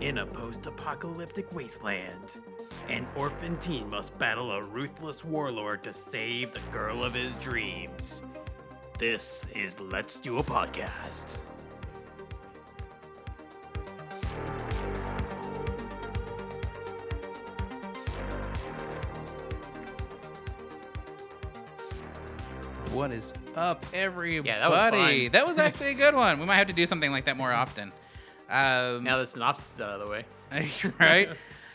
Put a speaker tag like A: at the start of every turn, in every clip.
A: In a post apocalyptic wasteland, an orphan teen must battle a ruthless warlord to save the girl of his dreams. This is Let's Do a Podcast.
B: What is up, everybody?
A: that was fun.
B: That was actually a good one. We might have to do something like that more often. Um,
A: Now the synopsis is out of the way.
B: right?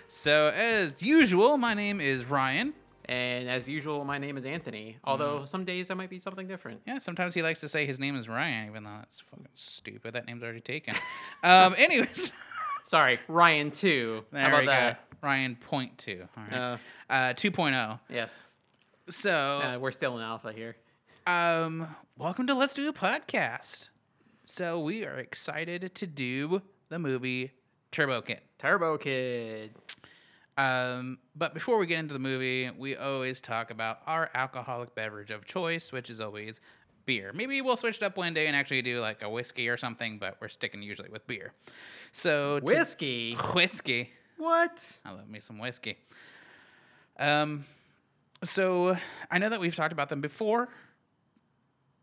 B: So, as usual, my name is Ryan.
A: And as usual, my name is Anthony, although
B: Mm-hmm.
A: some days I might be something different.
B: Yeah, sometimes he likes to say his name is Ryan, even though that's fucking stupid. That name's already taken. um, anyways,
A: Sorry, Ryan 2.
B: there
A: How about
B: we
A: that?
B: go. Ryan point two. All right.
A: Uh,
B: Uh, 2.0.
A: yes.
B: So,
A: Uh, we're still in alpha here.
B: um, welcome to Let's Do a Podcast. So, we are excited to do the movie Turbo Kid.
A: Turbo Kid.
B: Um, but before we get into the movie, we always talk about our alcoholic beverage of choice, which is always beer. Maybe we'll switch it up one day and actually do like a whiskey or something, but we're sticking usually with beer. So to-
A: Whiskey.
B: whiskey.
A: What?
B: I love me some whiskey. Um, so I know that we've talked about them before.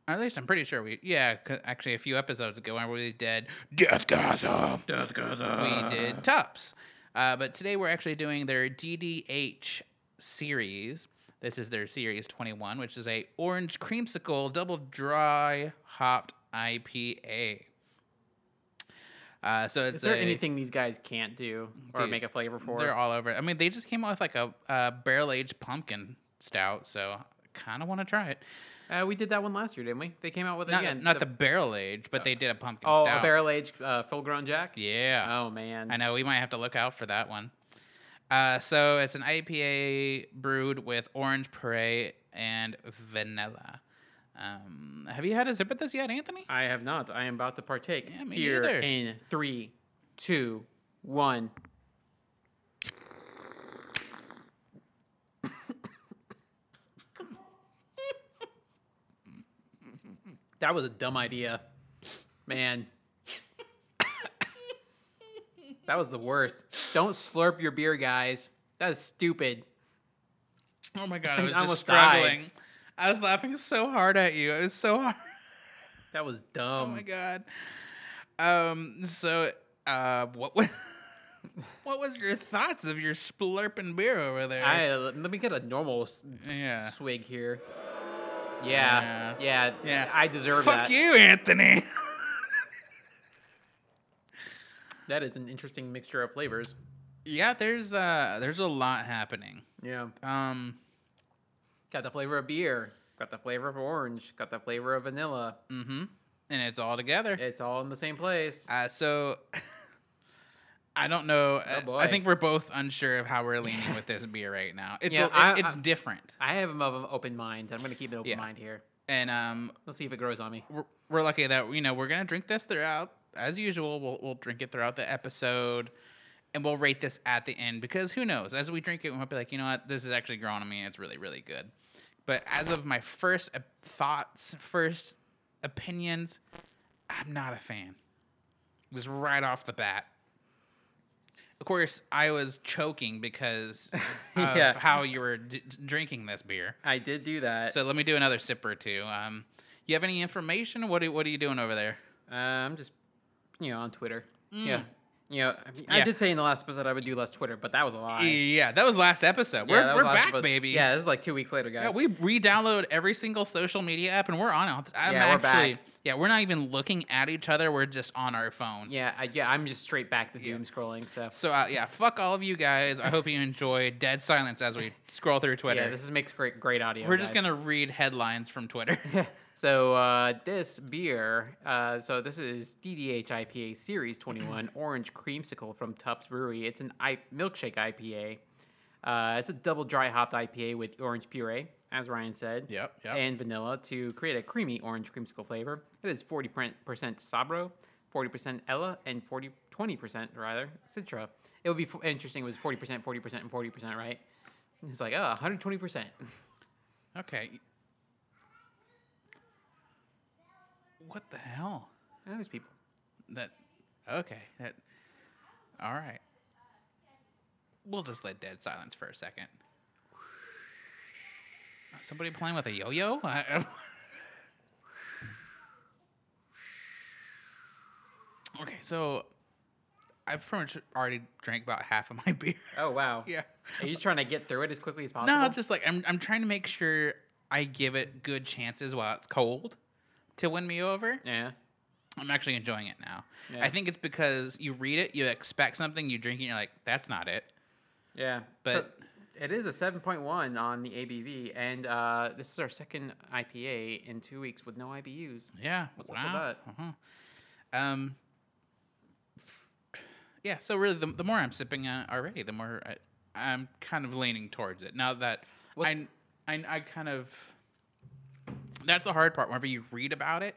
B: At least I'm pretty sure we, yeah, 'cause actually a few episodes ago when we did Death Gossip, Death Gossip, we did Tops. Uh, but today we're actually doing their DDH series. This is their series 21, which is a orange creamsicle double dry hopped IPA. Uh, so it's
A: Is there
B: a-
A: anything these guys can't do or
B: Dude,
A: make a flavor for?
B: they're all over. it. I mean, they just came out with like a, a barrel aged pumpkin stout, so I kind of want to try it.
A: Uh, we did that one last year, didn't we? They came out with it
B: Not,
A: again.
B: not the, barrel aged, but they did a pumpkin
A: oh,
B: stout.
A: a barrel aged uh, full grown Jack.
B: Yeah.
A: Oh man.
B: I know. We might have to look out for that one. Uh, so it's an IPA brewed with orange puree and vanilla. Um, have you had a sip of this yet, Anthony?
A: I have not. I am about to partake
B: Yeah, me
A: here
B: neither.
A: in three, two, one. that was a dumb idea, man. that was the worst. Don't slurp your beer, guys. That is stupid.
B: Oh my god, I was just
A: almost died.
B: struggling. I was laughing so hard at you. It was so hard.
A: That was dumb.
B: Oh my god. Um. So, uh, what was what was your thoughts of your splurping beer over there?
A: I, let me get a normal s-
B: yeah.
A: swig here. Yeah, yeah,
B: Yeah.
A: I deserve
B: Fuck
A: that.
B: you, Anthony.
A: That is an interesting mixture of flavors.
B: yeah, there's uh, there's a lot happening.
A: Yeah,
B: Um.
A: got the flavor of beer, got the flavor of orange, got the flavor of vanilla.
B: Mm-hmm. And it's all together.
A: It's all in the same place.
B: Uh. So. I don't know. I-
A: Oh, boy.
B: I think we're both unsure of how we're leaning with this beer right now. It's
A: Yeah,
B: a- it-
A: I-
B: it's
A: I-
B: different,
A: I have an open mind. I'm gonna keep an open
B: Yeah.
A: mind here.
B: and um,
A: Let's see if it grows on me.
B: we're, we're lucky that you know we're gonna drink this throughout as usual. We'll we'll drink it throughout the episode, and we'll rate this at the end because who knows? As we drink it, we might be like, you know what, this is actually growing on me. It's really really good. But as of my first op- thoughts, first opinions, I'm not a fan. Just right off the bat. Of course, I was choking because of
A: Yeah.
B: how you were d- d- drinking this beer.
A: I did do that.
B: So let me do another sip or two. Um, you have any information? What are, what are you doing over there?
A: Uh, I'm just, you know, on Twitter. Yeah. You know, I, mean, I
B: Mm. Yeah.
A: did say in the last episode I would do less Twitter, but that was a lie.
B: Yeah, that was last episode.
A: Yeah,
B: we're
A: that was
B: we're
A: last
B: back,
A: episode.
B: baby.
A: Yeah, this is like two weeks later,
B: Yeah,
A: guys.
B: we re-download every single social media app, and we're on it. I'm
A: Yeah, we're
B: actually,
A: back.
B: yeah, we're not even looking at each other. We're just on our phones.
A: yeah, I, yeah, I'm just straight back to doom scrolling. So
B: So uh, yeah, fuck all of you guys. I hope you enjoy dead silence as we scroll through Twitter.
A: Yeah, this is, makes great great audio.
B: we're just
A: guys.
B: gonna read headlines from Twitter.
A: So uh, this beer, uh, so this is DDH IPA Series 21 Orange Creamsicle from Tubbs Brewery. It's an I- milkshake IPA. Uh, it's a double dry hopped IPA with orange puree, as Ryan said,
B: Yep, yep.
A: and vanilla to create a creamy orange creamsicle flavor. It is 40% Sabro, 40% Ella, and 40 20% rather Citra. It would be f- interesting. It was 40%, 40%, and 40%, right? It's like oh, 120%.
B: okay. What the hell?
A: I know these people.
B: That okay. That all right. We'll just let dead silence for a second. Somebody playing with a yo-yo? I- I- okay, so I've pretty much already drank about half of my beer.
A: Oh wow.
B: yeah.
A: Are you just trying to get through it as quickly as possible?
B: No, it's just like I'm I'm trying to make sure I give it good chances while it's cold to win me over.
A: yeah.
B: I'm actually enjoying it now.
A: Yeah.
B: I think it's because you read it, you expect something, you drink it, and you're like, that's not it.
A: Yeah,
B: But-
A: So it is a 7.1 on the ABV, and uh, this is our second IPA in two weeks with no IBUs.
B: Yeah.
A: What's up with
B: wow. Uh-huh. Um. Yeah. So really, the, the more I'm sipping uh, already, the more I, I'm kind of leaning towards it. Now that
A: What's-
B: I, I I kind of that's the hard part. Whenever you read about it,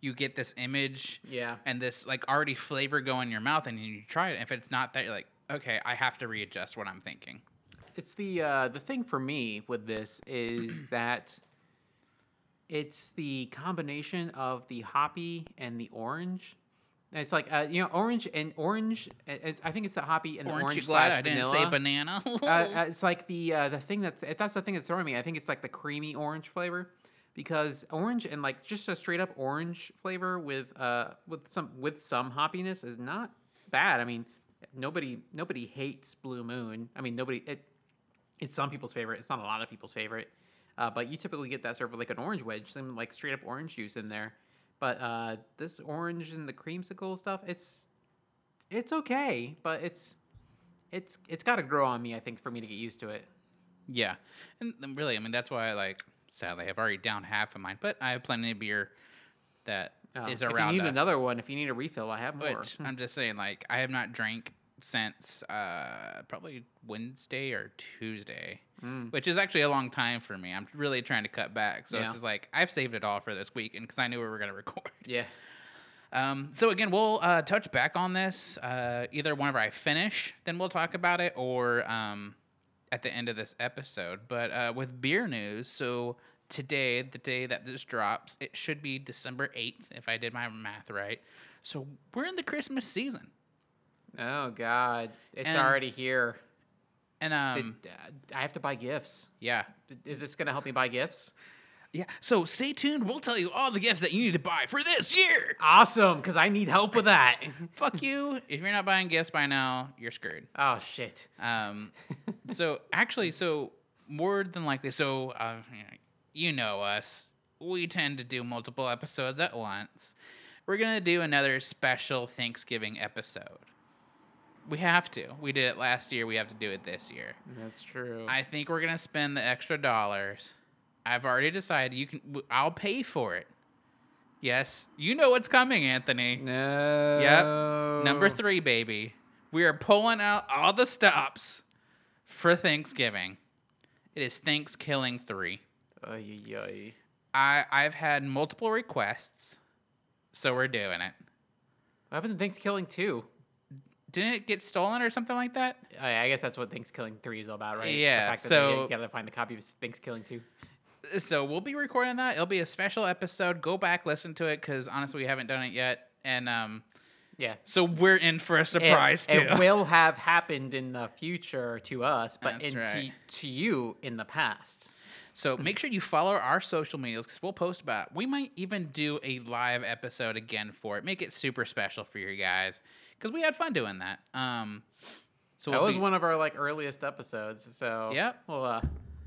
B: you get this image.
A: Yeah.
B: And this like already flavor go in your mouth, and then you try it. And if it's not that, you're like, okay, I have to readjust what I'm thinking.
A: It's the uh, the thing for me with this is that it's the combination of the hoppy and the orange. And It's like uh, you know, orange and orange. It's, I think it's the hoppy and the
B: Aren't
A: orange.
B: you glad
A: slash
B: I didn't
A: vanilla.
B: say banana?
A: uh, uh, it's like the uh, the thing that's that's the thing that's throwing me. I think it's like the creamy orange flavor, because orange and like just a straight up orange flavor with uh with some with some hoppiness is not bad. I mean, nobody nobody hates Blue Moon. I mean, nobody it it's some people's favorite. It's not a lot of people's favorite, uh, but you typically get that served with like an orange wedge, some like straight up orange juice in there. But uh, this orange and the creamsicle stuff, it's it's okay, but it's it's it's got to grow on me, I think, for me to get used to it.
B: Yeah, and th- really, I mean that's why I like. Sadly, I've already down half of mine, but I have plenty of beer that is
A: Uh,
B: around.
A: If you need
B: us,
A: another one, if you need a refill, I have more.
B: which I'm just saying, like I have not drank since uh, probably Wednesday or Tuesday, which is actually a long time for me. I'm really trying to cut back, so
A: Yeah.
B: it's just like I've saved it all for this week, and because I knew we were gonna record.
A: yeah,
B: Um, so again, we'll uh, touch back on this uh, either whenever I finish, then we'll talk about it, or um, at the end of this episode. But uh, with beer news, so today, the day that this drops, it should be December eighth, if I did my math right. So we're in the Christmas season,
A: Oh God, it's
B: And-
A: already here.
B: and um,
A: Did- uh, I have to buy gifts.
B: yeah,
A: D- Is this gonna help me buy gifts?
B: yeah. So stay tuned. We'll tell you all the gifts that you need to buy for this year.
A: Awesome, because I need help with that.
B: Fuck you! If you're not buying gifts by now, you're screwed.
A: oh shit.
B: Um, so actually, so more than likely, so uh, you know us, we tend to do multiple episodes at once. We're gonna do another special Thanksgiving episode. We have to. We did it last year. We have to do it this year.
A: That's true.
B: I think we're gonna spend the extra dollars. I've already decided. You can. w- I'll pay for it. Yes, you know what's coming, Anthony.
A: no.
B: Yep.
A: Oh.
B: Number three, baby. We are pulling out all the stops for Thanksgiving. It is Thanksgiving three.
A: Ay, ay, ay.
B: I I've had multiple requests, so we're doing it.
A: What happened to Thanksgiving two?
B: Didn't it get stolen or something like that?
A: I I guess that's what Thanksgiving three is all about, right?
B: Yeah,
A: The fact that
B: so-
A: you gotta find the copy of Thanksgiving two.
B: So we'll be recording that. It'll be a special episode. Go back listen to it because honestly, we haven't done it yet. And um,
A: Yeah.
B: so we're in for a
A: it-
B: surprise
A: it,
B: too.
A: will have happened in the future to us, but
B: That's
A: in
B: right.
A: to, to you in the past.
B: So
A: Mm-hmm.
B: make sure you follow our social medias because we'll post about. We might even do a live episode again for it. Make it super special for you guys because we had fun doing that. Um, so
A: That
B: we'll
A: was
B: be-
A: one of our like earliest episodes, so
B: Yep.
A: Well, uh,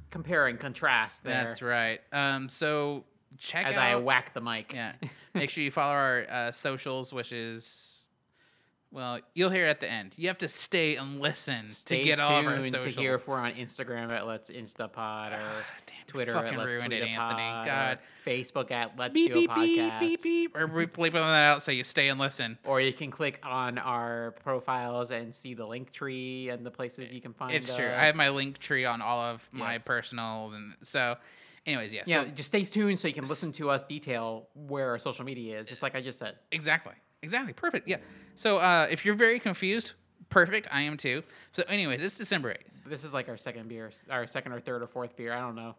A: compare and contrast there.
B: That's right. Um, so check
A: As
B: out.
A: I whack the mic.
B: yeah. Make sure you follow our uh, socials, which is. Well, you'll hear it at the end. You have to stay and listen
A: Stay
B: to get all of our
A: tuned
B: socials.
A: to hear if we're on Instagram at Let's Instapod or Twitter
B: fucking
A: at Let's
B: ruined
A: Tweet
B: it,
A: a
B: Anthony.
A: Pod, or
B: God.
A: Facebook at Let's
B: beep
A: Do a
B: beep beep
A: Podcast.
B: beep beep. Or we bleeping that out so you stay and listen.
A: Or you can click on our profiles and see the link tree and the places you can find.
B: It's true.
A: us.
B: I have my link tree on all of my
A: Yes.
B: personals, and so, anyways, yes.
A: Yeah,
B: So,
A: just stay tuned so you can listen to us detail where our social media is, just like I just said.
B: exactly. Exactly. Perfect. Yeah. So, uh, if you're very confused, perfect. I am too. So, anyways, it's December eighth.
A: This is like our second beer, our second or third or fourth beer. I don't know.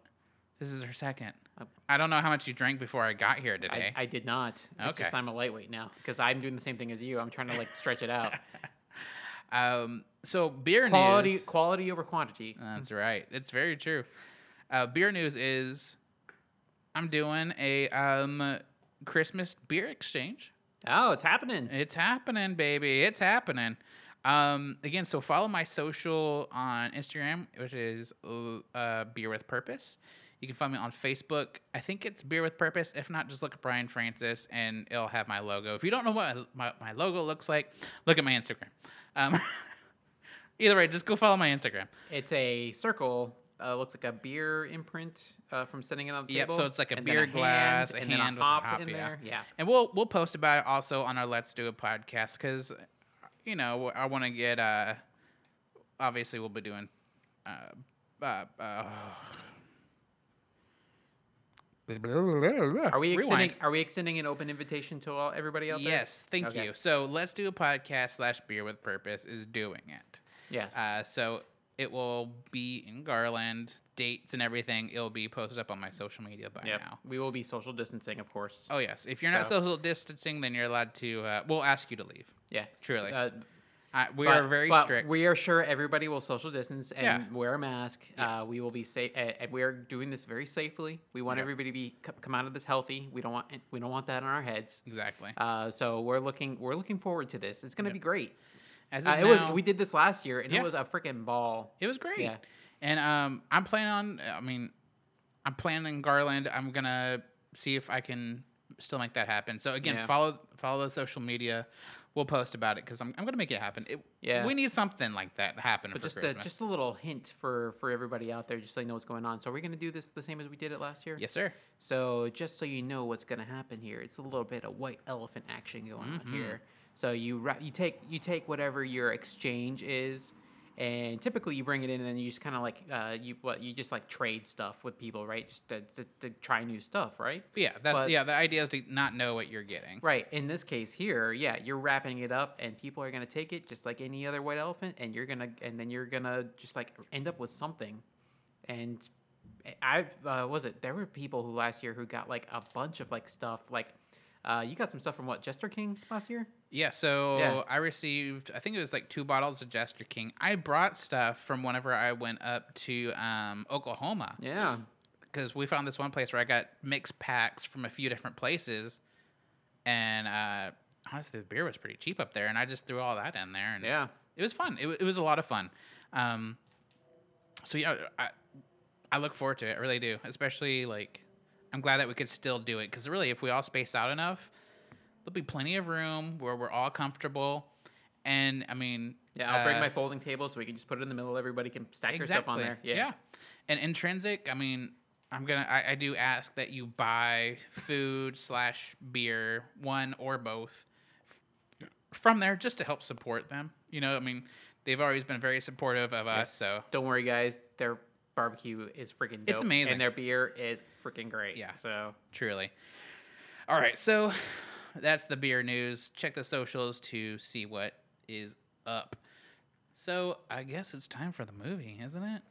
B: This is her second. I don't know how much you drank before I got here today.
A: I, I did not. It's
B: Okay.
A: just I'm a lightweight now because I'm doing the same thing as you. I'm trying to like stretch it out.
B: um, so beer
A: quality,
B: news. Uh.
A: quality over quantity.
B: That's right. It's very true. Uh, beer news is I'm doing a um, Christmas beer exchange.
A: Oh, it's happening.
B: It's happening, baby. It's happening. Um, again, so follow my social on Instagram, which is uh, Beer with Purpose. You can find me on Facebook. I think it's Beer with Purpose. If not, just look at Brian Francis and it'll have my logo. If you don't know what my, my logo looks like, look at my Instagram. Um, either way, just go follow my Instagram.
A: It's a circle. Uh, looks like a beer imprint uh, from sitting it on the
B: Yep,
A: table.
B: so it's like a
A: and then
B: beer glass,
A: hand,
B: a
A: and
B: hand
A: then
B: with
A: a hop, in
B: yeah.
A: there. Yeah.
B: And we'll we'll post about it also on our Let's Do It podcast because, you know, I want to get. Uh, obviously, we'll be doing. Uh, uh, uh,
A: Are we
B: Rewind.
A: extending? Are we extending an open invitation to all everybody out there?
B: Yes, thank
A: Okay.
B: you. So let's do a podcast slash beer with purpose is doing it.
A: Yes.
B: Uh, so it will be in Garland, dates and everything. It'll be posted up on my social media by
A: yep.
B: now.
A: We will be social distancing, of course.
B: Oh yes, if you're not
A: So-
B: social distancing, then you're allowed to. Uh, we'll ask you to leave.
A: yeah.
B: truly.
A: Uh,
B: I, we
A: but-
B: are very
A: but
B: strict.
A: We are sure everybody will social distance and
B: Yeah.
A: wear a mask. Uh, we will be safe, and we are doing this very safely. We want
B: Yeah.
A: everybody to be c- come out of this healthy. We don't want we don't want that on our heads.
B: exactly.
A: Uh, so we're looking we're looking forward to this. It's gonna be great.
B: As
A: Uh,
B: of
A: it was
B: now-
A: we did this last year and
B: Yeah.
A: it was a freaking ball.
B: It was great.
A: Yeah.
B: And um, I'm planning on. I mean, I'm planning Garland. I'm gonna see if I can still make that happen. So again,
A: Yeah.
B: follow follow the social media. We'll post about it because I'm, I'm gonna make it happen. It,
A: Yeah.
B: We need something like that to happen
A: But
B: for
A: just a,
B: Christmas.
A: just a little hint for for everybody out there, just so you know what's going on. So we're gonna do this the same as we did it last year.
B: yes, sir.
A: So just so you know what's going to happen here, it's a little bit of white elephant action going on here. So you ra- you take you take whatever your exchange is, and typically you bring it in and you just kind of like uh, you what you just like trade stuff with people, right? Just to, to, to try new stuff, right?
B: Yeah. That.
A: But-
B: yeah. The idea is to not know what you're getting.
A: Right. In this case here, yeah, you're wrapping it up, and people are gonna take it just like any other white elephant, and you're gonna and then you're gonna just like end up with something. And I uh, was it there were people who last year who got like a bunch of like stuff like. Uh, you got some stuff from what Jester King last year?
B: Yeah. So
A: Yeah.
B: I received. I think it was like two bottles of Jester King. I brought stuff from whenever I went up to um, Oklahoma.
A: Yeah,
B: because we found this one place where I got mixed packs from a few different places, and uh, honestly, the beer was pretty cheap up there, and I just threw all that in there, and
A: yeah,
B: it was fun. It, wa- it was a lot of fun. Um, so yeah, I I look forward to it. I really do. Especially like, I'm glad that we could still do it because really, if we all space out enough, there'll be plenty of room where we're all comfortable. And I mean,
A: yeah. I'll bring
B: uh,
A: my folding table so we can just put it in the middle. Everybody can stack their stuff on there. Yeah,
B: And intrinsic, I mean, I'm gonna I, I do ask that you buy food slash beer, one or both f- from there just to help support them. You know, I mean, they've always been very supportive of us, so
A: Don't worry, guys. Their barbecue is freaking. Dope,
B: It's amazing.
A: and their beer is freaking great.
B: Yeah.
A: So
B: truly. All right, so that's the beer news. Check the socials to see what is up. So I guess it's time for the movie, isn't it?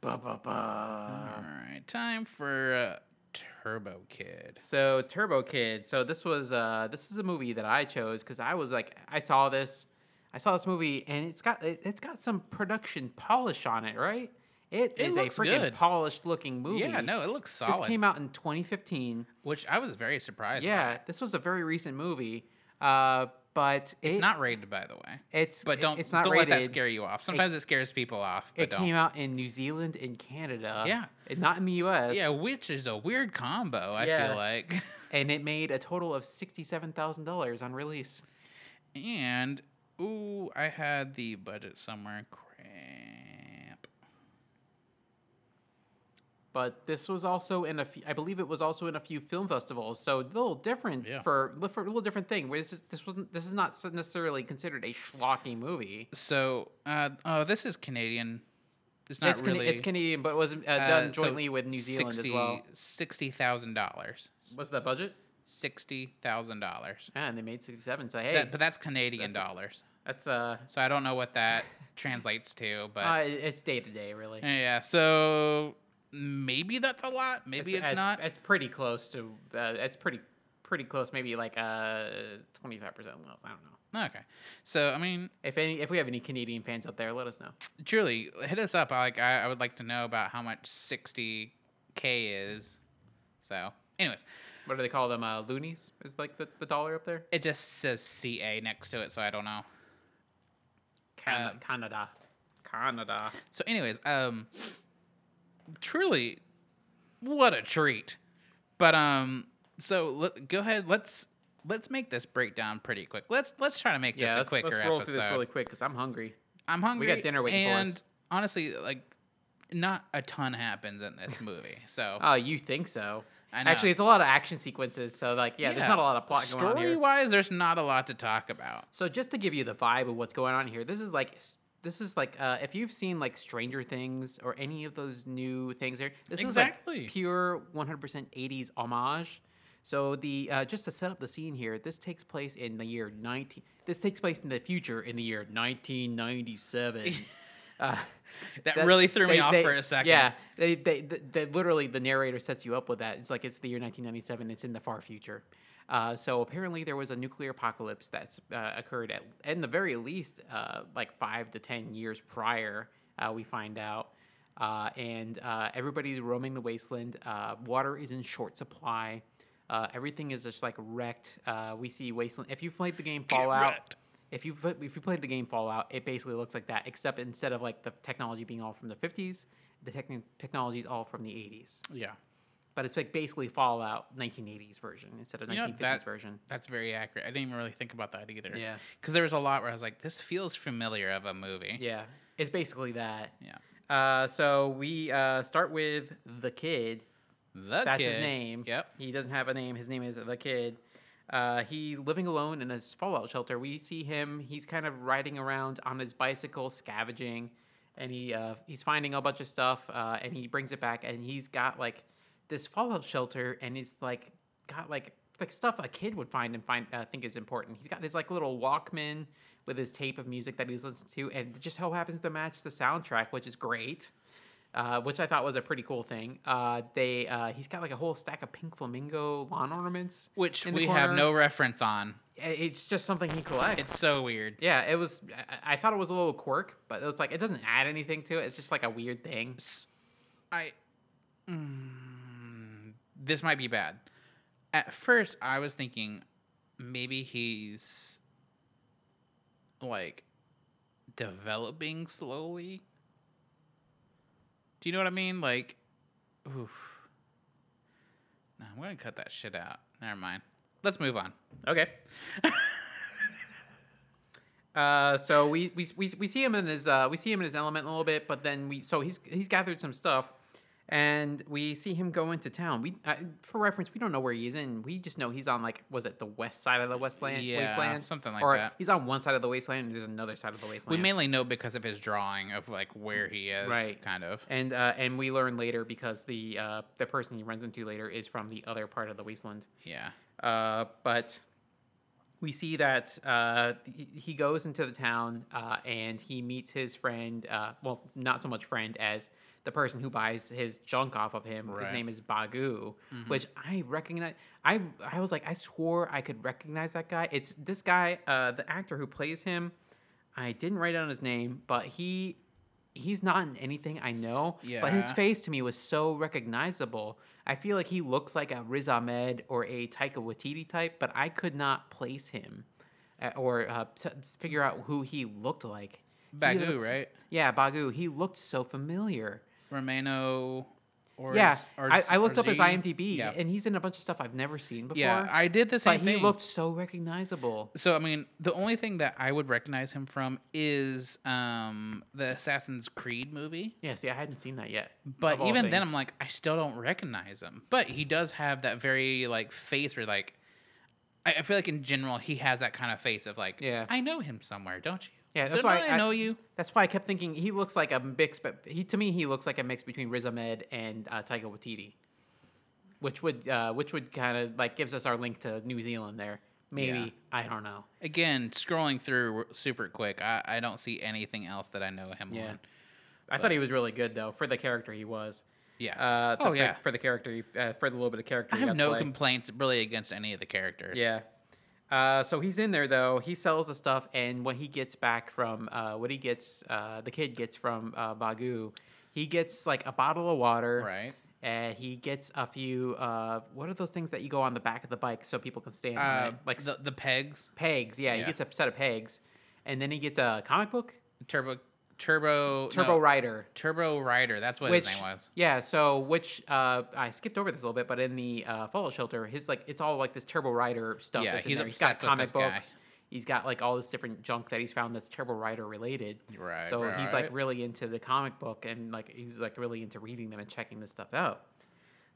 A: ba ba ba.
B: All right, time for uh, Turbo Kid.
A: So Turbo Kid. So this was uh this is a movie that I chose because I was like I saw this, I saw this movie and it's got it, it's got some production polish on it, right? It is
B: looks
A: a freaking
B: good.
A: polished looking movie.
B: Yeah, no, it looks
A: This
B: solid.
A: came out in 2015.
B: Which I was very surprised. by.
A: Yeah, this was a very recent movie. Uh, but
B: it's
A: it-
B: not rated, by the way.
A: It's
B: But don't
A: it's not
B: don't
A: rated.
B: let that scare you off. Sometimes it, scares people off. But
A: It
B: don't.
A: came out in New Zealand and Canada.
B: Yeah.
A: and not in the U.S.
B: yeah, which is a weird combo. I
A: Yeah.
B: feel like,
A: and it made a total of sixty-seven thousand dollars on release.
B: and ooh, I had the budget somewhere. Crap.
A: but this was also in a few, I believe it was also in a few film festivals. So a little different
B: Yeah.
A: for, for a little different thing. Where this is this wasn't this is not s- necessarily considered a schlocky movie.
B: So, uh, oh, this is Canadian. It's not
A: it's, Cana-
B: really.
A: it's Canadian, but it was uh,
B: uh,
A: done
B: so
A: jointly with New Zealand as well.
B: Sixty thousand dollars.
A: What's the budget?
B: Sixty thousand dollars.
A: Yeah, and they made sixty-seven. So hey,
B: That, but that's Canadian dollars.
A: that's uh,
B: So I don't know what that translates to, but
A: uh, it's day to day really.
B: Yeah, so maybe that's a lot. Maybe it's,
A: it's,
B: not.
A: It's pretty close to. Uh, it's pretty pretty close. Maybe like uh twenty five percent less. I don't know.
B: okay. So I mean,
A: If any, if we have any Canadian fans out there, let us know.
B: truly, hit us up. I like I, I would like to know about how much sixty K is. So anyways.
A: What do they call them? Uh, loonies is like the, the dollar up there.
B: It just says CA next to it, so I don't know.
A: Can-
B: Um,
A: Canada, Canada.
B: So, anyways, um, truly, what a treat. But um, so let, go ahead. Let's let's make this breakdown pretty quick. Let's let's try to make
A: Yeah,
B: this
A: let's,
B: a quicker
A: let's roll
B: episode.
A: through this really quick because I'm hungry.
B: I'm hungry.
A: dinner waiting for us.
B: and honestly, like, not a ton happens in this movie. So
A: Oh, you think so?
B: I know.
A: Actually, it's a lot of action sequences. So like, yeah, there's not a lot of plot
B: Story
A: going on here.
B: wise, there's not a lot to talk about.
A: So just to give you the vibe of what's going on here, this is like this is like uh, if you've seen like Stranger Things or any of those new things here, this is
B: Exactly.
A: like pure 100% 80s homage. So the uh, just to set up the scene here, this takes place in the year 19. This takes place in the future in the year 1997. uh,
B: That,
A: that-
B: really threw me
A: they-
B: off
A: they-
B: for a second.
A: Yeah, they, they, they, they literally the narrator sets you up with that. It's like it's the year 1997. It's in the far future. Uh, so apparently there was a nuclear apocalypse that's uh, occurred at, in the very least, uh, like five to ten years prior. Uh, we find out, uh, and uh, everybody's roaming the wasteland. Uh, water is in short supply. Uh, everything is just like wrecked. Uh, we see wasteland. If you've played the game
B: wrecked.
A: Fallout, if you put, if you played the game Fallout, it basically looks like that, except instead of like the technology being all from the 50s, the techn technology is all from the 80s.
B: yeah.
A: But it's like basically Fallout 1980s version instead of 1950s
B: You know, that-
A: version.
B: That's very accurate. I didn't even really think about that either.
A: Yeah.
B: Because there was a lot where I was like, this feels familiar of a movie.
A: Yeah, it's basically that.
B: Yeah.
A: Uh, so we uh, start with the kid.
B: The
A: That's his
B: Kid.
A: name.
B: Yep.
A: He doesn't have a name. His name is the kid. Uh, he's living alone in his fallout shelter. We see him. He's kind of riding around on his bicycle, scavenging, and he uh, he's finding a bunch of stuff. Uh, and he brings it back, and he's got like this fallout shelter, and it's like got like like stuff a kid would find and find uh, think is important. He's got his like little Walkman with his tape of music that he's listening to, and it just so happens to match the soundtrack, which is great uh, which I thought was a pretty cool thing. Uh, they uh, he's got like a whole stack of pink flamingo lawn ornaments,
B: Which
A: in the
B: we have
A: corner.
B: no reference on.
A: I- It's just something he collects.
B: It's so weird.
A: yeah, it was. I, I thought it was a little quirk, but it's like it doesn't add anything to it. It's just like a weird thing.
B: I. Mm, this might be bad. At first, I was thinking maybe he's like developing slowly. Do you know what I mean? Like, oof. No, I'm going to cut that shit out. Never mind. Let's move on.
A: Okay. Uh, so we, we, we, we see him in his uh, we see him in his element a little bit, but then we so he's he's gathered some stuff, and we see him go into town. We uh, for reference, we don't know where he is in. We just know he's on like was it the west side of the wasteland?
B: Yeah,
A: wasteland?
B: something like
A: or
B: that.
A: He's on one side of the wasteland, and there's another side of the wasteland.
B: We mainly know because of his drawing of like where he is,
A: Right.
B: Kind of.
A: and uh, and we learn later because the uh, the person he runs into later is from the other part of the wasteland.
B: Yeah.
A: Uh, but we see that uh, he- he goes into the town uh, and he meets his friend. Uh, well, not so much friend as the person who buys his junk off of him. His
B: Right.
A: name is Bagu, which I recognize. I I was like, I swore I could recognize that guy. It's this guy, uh, the actor who plays him. I didn't write down his name, but he he's not in anything I know. But his
B: Yeah.
A: face to me was so recognizable. I feel like he looks like a Riz Ahmed or a Taika Waititi type, but I could not place him uh, or uh, s- s- figure out who he looked like. He
B: Bagu,
A: looks-
B: right?
A: Yeah, Bagu. He looked so familiar.
B: Romano. Or
A: yeah,
B: or-
A: I, I looked
B: or
A: up his
B: Z.
A: IMDb,
B: Yeah.
A: and he's in a bunch of stuff I've never seen before.
B: yeah, I did the same
A: but he
B: thing.
A: looked so recognizable.
B: so I mean, the only thing that I would recognize him from is um the Assassin's Creed movie.
A: Yeah, see, I hadn't seen that yet.
B: But
A: of all
B: even then,
A: things.
B: I'm like, I still don't recognize him. But he does have that very like face where like, I, I feel like in general he has that kind of face of like,
A: Yeah.
B: I know him somewhere, don't you?
A: Yeah, that's
B: Don't
A: why
B: I, know you.
A: That's why I kept thinking he looks like a mix, but he to me he looks like a mix between Riz Ahmed and uh, Taika Waititi, which would uh, which would kind of like gives us our link to New Zealand there. Maybe
B: Yeah.
A: I don't know.
B: Again, scrolling through super quick, I, I don't see anything else that I know him
A: Yeah,
B: on.
A: I thought he was really good though for the character he was.
B: Yeah.
A: Uh, the-
B: Oh, yeah.
A: For the character, you- uh, for the little bit of character.
B: I
A: you
B: have
A: got
B: no
A: to play.
B: complaints really against any of the characters.
A: Yeah. Uh, so he's in there though. He sells the stuff, and when he gets back from uh, what he gets, uh, the kid gets from uh, Bagu, he gets like a bottle of water.
B: Right.
A: And he gets a few. Uh, what are those things that you go on the back of the bike so people can stand on
B: Uh,
A: it?
B: like
A: Like
B: the, the pegs,
A: pegs. Yeah, he
B: yeah.
A: gets a set of pegs, and then he gets a comic book,
B: turbo, turbo,
A: Turbo
B: no,
A: Rider.
B: turbo rider. That's what
A: Which
B: his name was.
A: yeah, so which uh, I skipped over this a little bit, but in the uh, fallout shelter, his like it's all like this Turbo Rider stuff.
B: Yeah,
A: that's in
B: he's
A: there. he's
B: obsessed
A: got
B: with
A: comic
B: this guy.
A: books. He's got like all this different junk that he's found that's Turbo Rider related.
B: Right,
A: So
B: right,
A: he's
B: right.
A: like really into the comic book and like he's like really into reading them and checking this stuff out.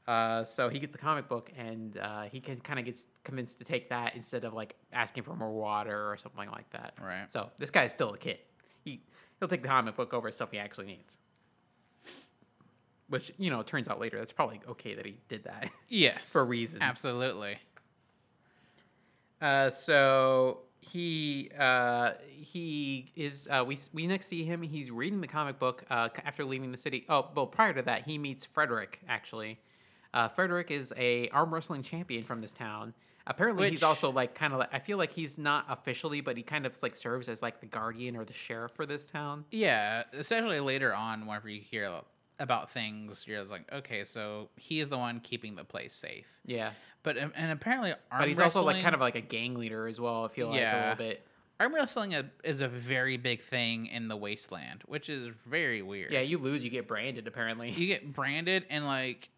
A: Uh, so he gets the comic book and uh, he can kind of gets convinced to take that instead of like asking for more water or something like that.
B: Right.
A: So this guy's still a kid. He he'll take the comic book over stuff he actually needs. Which you know, it turns out later that's probably okay that he did that.
B: Yes.
A: for reasons.
B: Absolutely.
A: Uh, so he uh, he is uh, we s- we next see him. He's reading the comic book uh, c- after leaving the city. Oh, well, prior to that, he meets Frederick actually. Uh, Frederick is a arm wrestling champion from this town. Apparently, he's
B: Which-
A: also like kind of like I feel like he's not officially, but he kind of like serves as like the guardian or the sheriff for this town.
B: Yeah, especially later on, whenever you hear about things, you're just like, okay, so he is the one keeping the place safe.
A: Yeah,
B: But and and apparently, arm
A: but he's
B: wrestling,
A: also like kind of like a gang leader as well. I feel like a
B: Yeah.
A: little bit.
B: arm wrestling a- is a very big thing in the wasteland, which is very weird.
A: Yeah, you lose, you get branded. Apparently,
B: you get branded and like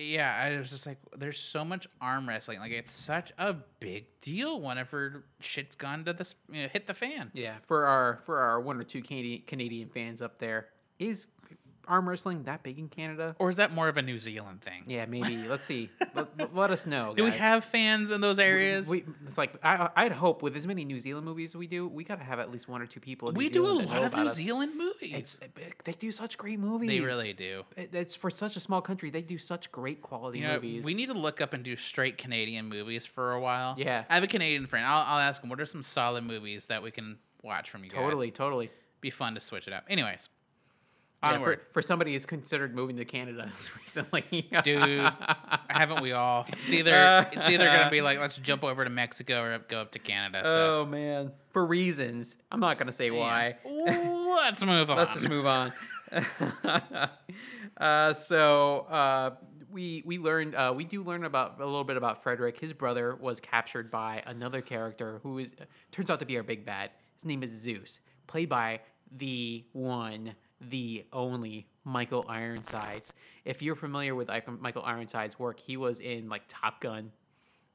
B: yeah i was just like there's so much arm wrestling like it's such a big deal whenever shit's gone to this you know, hit the fan
A: Yeah, for our for our one or two Canadian Canadian fans up there, is arm wrestling that big in Canada?
B: or is that more of a new zealand thing
A: Yeah, maybe. Let's see. let, let us know.
B: do we
A: guys.
B: have fans in those areas we,
A: We, it's like I, I'd hope with as many New Zealand movies we do, we gotta have at least one or two people. In New
B: do a
A: Zealand that know
B: lot of
A: about
B: new
A: us.
B: zealand movies
A: It's, they do such great movies.
B: they really do
A: It- It's for such a small country. They do such great quality
B: you know,
A: movies.
B: we need to look up and do straight Canadian movies for a while.
A: Yeah.
B: I have a Canadian friend. I'll, I'll ask him what are some solid movies that we can watch from you guys.
A: totally, totally.
B: be fun to switch it up. Anyways,
A: Yeah,
B: onward.
A: for, for somebody who's considered moving to Canada recently.
B: dude haven't we all it's either it's either gonna be like let's jump over to mexico or go up to canada so
A: Oh man, for reasons. I'm not gonna say why.
B: Ooh, let's move on
A: Oh, Let's just move on. uh, so uh, we we learned uh, we do learn about a little bit about Frederick. His brother was captured by another character who is turns out to be our big bad. His name is Zeus, played by the one, the only Michael Ironsides. If you're familiar with Ike- Michael Ironsides' work, he was in like Top Gun.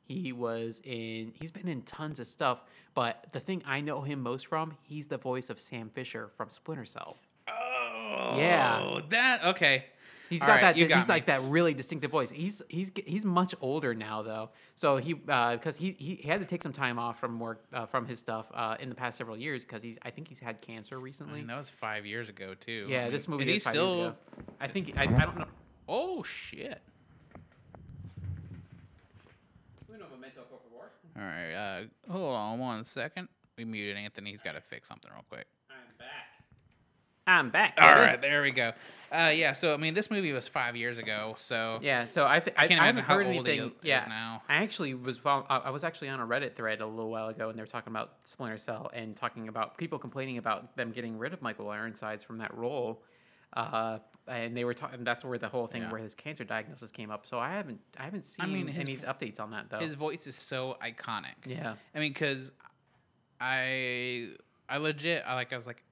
A: He was in. He's been in tons of stuff, but the thing I know him most from, he's the voice of Sam Fisher from Splinter Cell.
B: oh
A: Yeah.
B: that okay
A: He's
B: All
A: got
B: right,
A: that.
B: you got
A: he's
B: me.
A: like that really distinctive voice. He's he's g- he's much older now though. So he because he, he he had to take some time off from work uh, from his stuff uh, in the past several years because he's I think he's had cancer
B: I
A: recently.
B: mean, that was five years ago too I
A: Yeah,
B: mean,
A: this movie
B: is he
A: is five years
B: still
A: ago. I think I, I don't know.
B: oh shit all right uh hold on one second we muted anthony he's got to fix something real quick
A: I'm back. I'm back.
B: all
A: baby.
B: right there we go uh yeah so i mean this movie was five years ago so
A: Yeah, so I, th- I,
B: can't
A: I
B: imagine
A: haven't
B: how
A: heard
B: old he
A: anything.
B: is
A: yeah,
B: now.
A: I actually was fol- I I was actually on a Reddit thread a little while ago, and they were talking about Splinter Cell and talking about people complaining about them getting rid of Michael Ironsides from that role, uh, and they were talking. That's where the whole thing
B: Yeah.
A: where his cancer diagnosis came up. So I haven't I haven't seen
B: mean, his
A: any
B: v-
A: updates on that though.
B: his voice is so iconic
A: Oh. yeah,
B: I mean, because I I legit I like I was like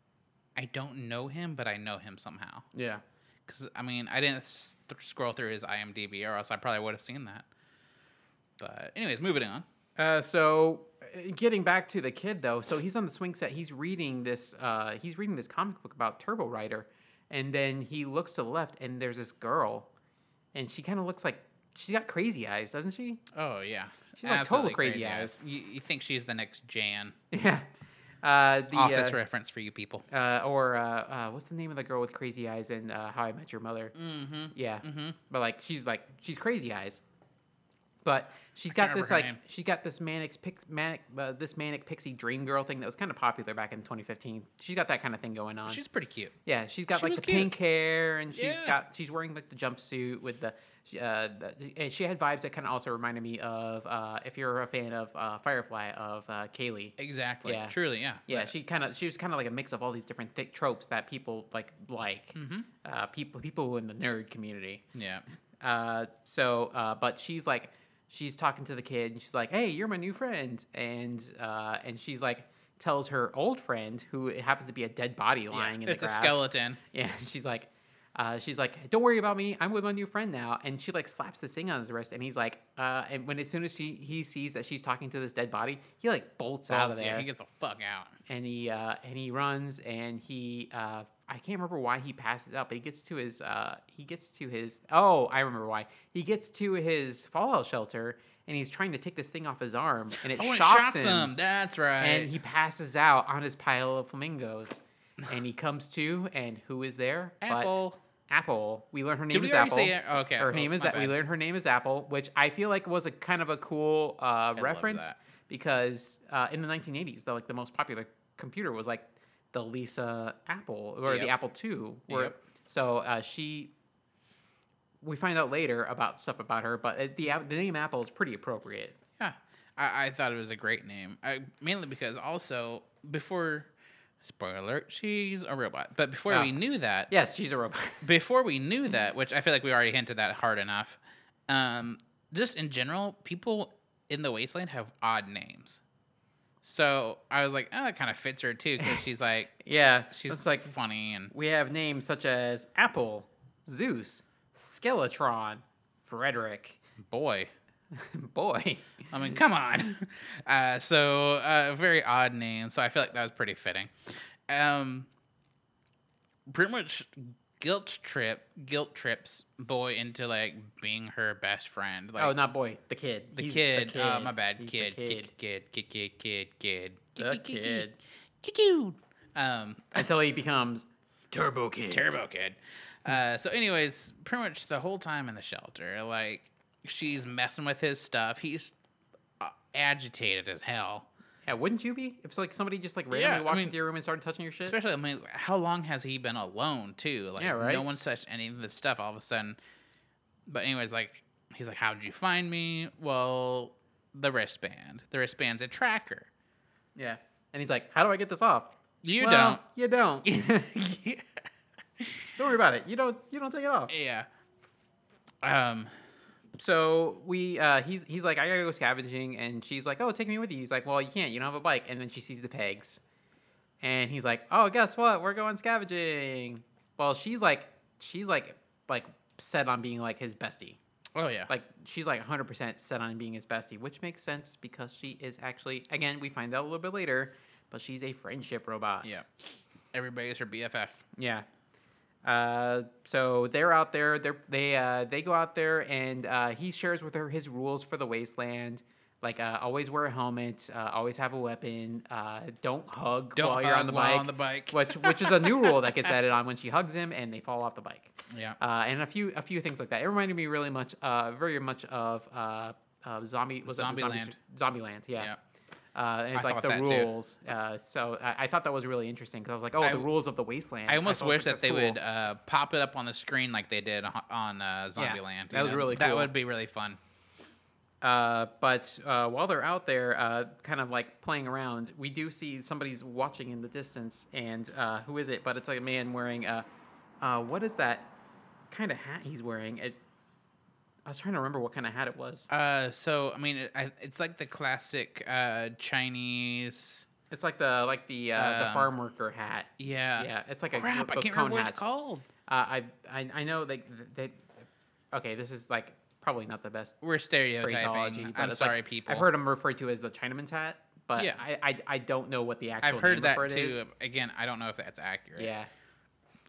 B: I don't know him, but I know him somehow.
A: yeah,
B: Because I mean, I didn't s- th- scroll through his IMDb, or else I probably would have seen that. But anyways, moving on.
A: Uh, so uh, getting back to the kid though, so he's on the swing set. He's reading this. Uh, he's reading this comic book about Turbo Rider, and then he looks to the left, and there's this girl, and she kind of looks like she's got crazy eyes, doesn't she?
B: Oh yeah,
A: She's like total
B: Absolutely
A: crazy eyes.
B: You, you think she's the next Jan?
A: Yeah. Uh, the,
B: Office
A: uh,
B: reference for you people.
A: uh, or uh, uh, what's the name of the girl with crazy eyes in uh, How I Met Your Mother?
B: Mm-hmm.
A: Yeah. But like she's like she's crazy eyes. But she's
B: can't
A: got this like
B: remember her
A: she's got this manic pix, manic uh, this manic pixie dream girl thing that was kind of popular back in 2015. She's got that kind of thing going on.
B: She's pretty cute.
A: yeah, she's got
B: she
A: like
B: was
A: the
B: cute.
A: pink hair, and she's
B: Yeah.
A: got she's wearing like the jumpsuit with the. she- Uh, the, and she had vibes that kind of also reminded me of uh, if you're a fan of uh, Firefly of uh, Kaylee.
B: Exactly.
A: Yeah.
B: Truly, yeah.
A: Yeah, she kind of she was kind of like a mix of all these different thick tropes that people like like
B: Mm-hmm.
A: uh, people people in the nerd community.
B: Yeah.
A: Uh, so, uh, but she's like, she's talking to the kid, and she's like, "Hey, you're my new friend," and uh, and she's like, tells her old friend, who it happens to be a dead body lying in
B: it's
A: the grass.
B: a skeleton.
A: Yeah, she's like, uh, she's like, "Don't worry about me. I'm with my new friend now." And she like slaps this thing on his wrist, and he's like, uh, and when as soon as she he sees that she's talking to this dead body, he like bolts, out of
B: Yeah,
A: there,
B: He gets the fuck out.
A: and he uh, and he runs, and he. Uh, I can't remember why he passes out, but he gets to his uh, he gets to his oh I remember why he gets to his fallout shelter and he's trying to take this thing off his arm and it
B: Oh, and it
A: shocks
B: shocks him.
A: him,
B: That's right.
A: and he passes out on his pile of flamingos and he comes to and who is there but
B: Apple.
A: Apple we learn her name
B: we
A: is
B: already
A: Apple
B: say it? Okay,
A: her
B: oh,
A: name is
B: my
A: that we
B: bad.
A: learned her name is Apple which I feel like was a kind of a cool uh, reference
B: that.
A: because uh, in the 1980s the like the most popular computer was like the Lisa Apple or
B: Yep.
A: the Apple II where
B: Yep.
A: so uh, she we find out later about stuff about her but uh, the app- the name Apple is pretty appropriate
B: Yeah, I, I thought it was a great name. I, mainly because also before, spoiler alert, she's a robot. But before
A: Oh.
B: we knew that,
A: yes she's a robot
B: before we knew that, which I feel like we already hinted that hard enough. Um, just in general, people in the wasteland have odd names. So I was like, oh, that kind of fits her too, because she's like,
A: yeah
B: she's
A: it's like
B: funny and
A: We have names such as Apple, Zeus, Skeletron, Frederick,
B: boy.
A: Boy.
B: I mean, come on. Uh, so uh, very odd name. So I feel like that was pretty fitting. Um, pretty much guilt trip guilt trips boy into like being her best friend. Like
A: oh, not boy, the kid.
B: the
A: He's
B: kid. Uh, my bad.
A: He's the
B: Kid,
A: kid.
B: kid. Kid. Kid. Kid. Kid. Kid.
A: The
B: Kid, kid,
A: kid.
B: kid, kid. Um,
A: Until he becomes Turbo Kid.
B: Turbo Kid. Uh, so, anyways, pretty much the whole time in the shelter, like she's messing with his stuff. He's uh, agitated as hell.
A: yeah, wouldn't you be? If like somebody just like randomly
B: I
A: walked
B: mean-
A: into your room and started touching your shit?
B: Especially, I mean, how long has he been alone too? Like,
A: Yeah, right.
B: no one's touched any of the stuff. All of a sudden, but anyways, like he's like, "How'd you find me?" Well, the wristband. The wristband's a tracker.
A: yeah. And he's like, How do I get this off?
B: You
A: Well, You don't.
B: don't.
A: don't worry about it. You don't you don't take it off.
B: yeah. Um.
A: So we, uh, he's he's like, I gotta go scavenging, and she's like, Oh, take me with you. He's like, Well, you can't. You don't have a bike. And then she sees the pegs, and he's like, Oh, guess what? We're going scavenging. Well, she's like, she's like, like set on being like his bestie.
B: Oh yeah.
A: Like she's like 100% set on being his bestie, which makes sense because she is actually, again, we find out a little bit later, but she's a friendship robot.
B: yeah. Everybody's her BFF.
A: Yeah. Uh, so they're out there. They're, they uh, they go out there, and uh, he shares with her his rules for the wasteland. Like uh, always wear a helmet, uh, always have a weapon. Uh, don't hug
B: Don't
A: while you're on
B: hug
A: the
B: while
A: bike.
B: on the bike.
A: which which is a new rule that gets added on when she hugs him and they fall off the bike.
B: Yeah.
A: Uh, and a few a few things like that. It reminded me really much, uh, very much of uh, uh, zombie was that the
B: Zombieland.
A: Zombie Zombieland, yeah.
B: Yeah.
A: Uh, and it's
B: I
A: like
B: thought
A: the
B: that too.
A: rules. Uh, so I, I thought that was really interesting because I was like, oh,
B: I-
A: the rules of the wasteland.
B: I almost
A: thought it was
B: wish
A: like,
B: that they
A: that's
B: would
A: cool.
B: uh, pop it up on the screen like they did on- on uh, Zombieland. you
A: that was really
B: That
A: cool.
B: would be really fun.
A: Uh, but uh, while they're out there, uh, kind of like playing around, we do see somebody's watching in the distance, and uh, who is it? But it's like a man wearing a, uh, what is that kind of hat he's wearing? It, I was trying to remember what kind of hat it was.
B: Uh, so I mean, it, I, it's like the classic uh, Chinese.
A: It's like the like the uh, the
B: Um,
A: farm worker hat.
B: Yeah.
A: Yeah, it's like a
B: Crap!
A: those
B: I can't remember
A: cone
B: what it's
A: hats.
B: called.
A: Uh, I, I I know like they, okay, this is like probably not the best
B: We're
A: phraseology.
B: stereotyping.
A: but
B: I'm
A: it's like-
B: sorry, people.
A: I've heard them referred to as the Chinaman's hat, but
B: Yeah.
A: I, I I don't know what the
B: I've
A: actual
B: heard
A: name
B: that
A: for it is.
B: too. Again, I don't know if that's accurate.
A: Yeah.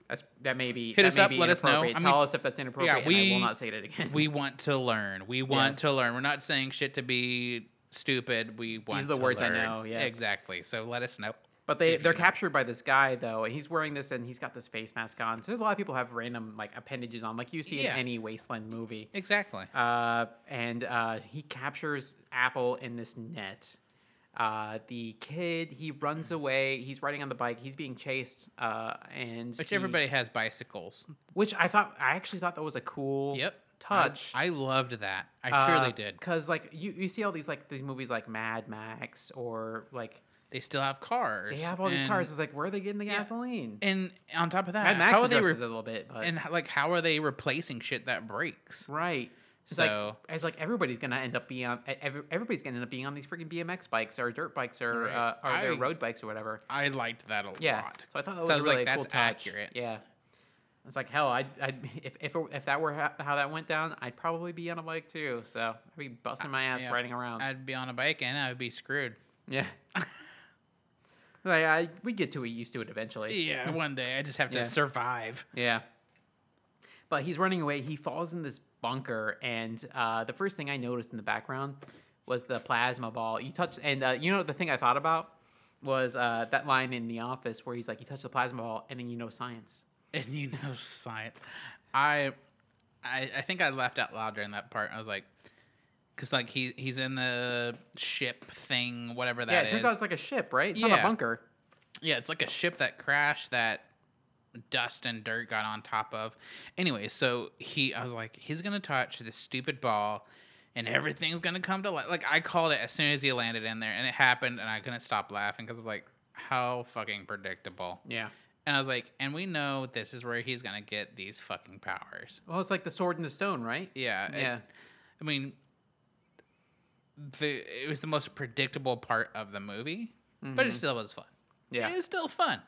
A: That's that may be.
B: Hit
A: that
B: us
A: may
B: up,
A: be
B: let us know.
A: inappropriate.
B: I mean,
A: Tell us if that's inappropriate. and I
B: we-
A: will not say it again.
B: We want to learn. We want
A: Yes.
B: to learn. We're not saying shit to be stupid. We want.
A: the
B: to
A: words I
B: learn.
A: know, yes.
B: Exactly. So let us know.
A: But they
B: If
A: they're
B: you know.
A: captured by this guy though, and he's wearing this and he's got this face mask on. So a lot of people have random like appendages on, like you see
B: Yeah.
A: in any wasteland movie.
B: Exactly.
A: Uh, and uh, he captures Apple in this net. Uh, the kid he runs
B: Mm.
A: away. He's riding on the bike. He's being chased. Uh, and
B: Which
A: he-
B: everybody has bicycles.
A: which I thought I actually thought that was a cool
B: Yep. I-
A: touch. Uh,
B: I, loved that. I surely did.
A: because like you, you see all these like these movies like Mad Max or like
B: They still have cars.
A: they have all these
B: and-
A: cars. It's like where are they getting the gasoline?
B: And on top of that,
A: Mad Max
B: how are they
A: addresses
B: re-
A: it a little bit, but
B: and like how are they replacing shit that breaks?
A: right. It's
B: So-
A: like it's like everybody's gonna end up being on e- every, everybody's gonna end up being on these freaking BMX bikes or dirt bikes or
B: Right.
A: uh, or
B: I-
A: their road bikes or whatever.
B: I liked that a
A: Yeah.
B: lot.
A: So I thought that was
B: Sounds
A: a really
B: like
A: cool
B: that's
A: touch.
B: accurate.
A: Yeah. It's like hell. I'd, I'd if if it- if that were ho- how that went down, I'd probably be on a bike too. So I'd be busting my ass
B: Uh, yeah.
A: riding around.
B: I'd be on a bike and I would be screwed.
A: yeah. like I, we get to it, used to it eventually.
B: Yeah, one day I just have to
A: Yeah.
B: survive.
A: Yeah. But he's running away. He falls in this bunker, and uh, the first thing I noticed in the background was the plasma ball. You touched, and uh, you know the thing I thought about was uh, that line in The Office where he's like, "You touch the plasma ball, and then you know science."
B: And you know science. I, I I think I laughed out loud during that part. I was like, because like he he's in the ship thing, whatever that
A: yeah,
B: is.
A: it turns out it's like a ship, right? It's not
B: Yeah.
A: a bunker.
B: Yeah, it's like a ship that crashed that dust and dirt got on top of. Anyway, so he, I was like, he's gonna touch this stupid ball, and everything's gonna come to life. Like I called it as soon as he landed in there, and it happened, and I couldn't stop laughing because I'm like, how fucking predictable.
A: Yeah.
B: And I was like, and we know this is where he's gonna get these fucking powers.
A: Well, it's like the sword and the stone, right?
B: Yeah. it-
A: Yeah.
B: I mean, the it was the most predictable part of the movie, but it still was fun.
A: Mm-hmm. Yeah.
B: it was still fun.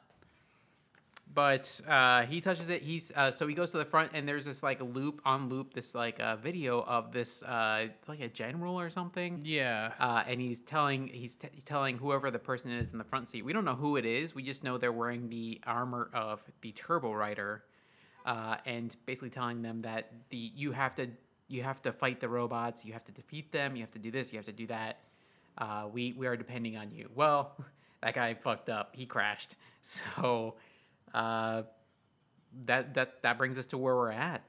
A: But uh, he touches it. He's uh, so he goes to the front, and there's this like loop on loop, this like uh, video of this uh, like a general or something.
B: Yeah.
A: Uh, and he's telling he's, t- he's telling whoever the person is in the front seat. We don't know who it is. We just know they're wearing the armor of the Turbo Rider, uh, and basically telling them that the you have to you have to fight the robots. You have to defeat them. You have to do this. You have to do that. Uh, we we are depending on you. Well, that guy fucked up. He crashed. So. Uh, that that that brings us to where we're at.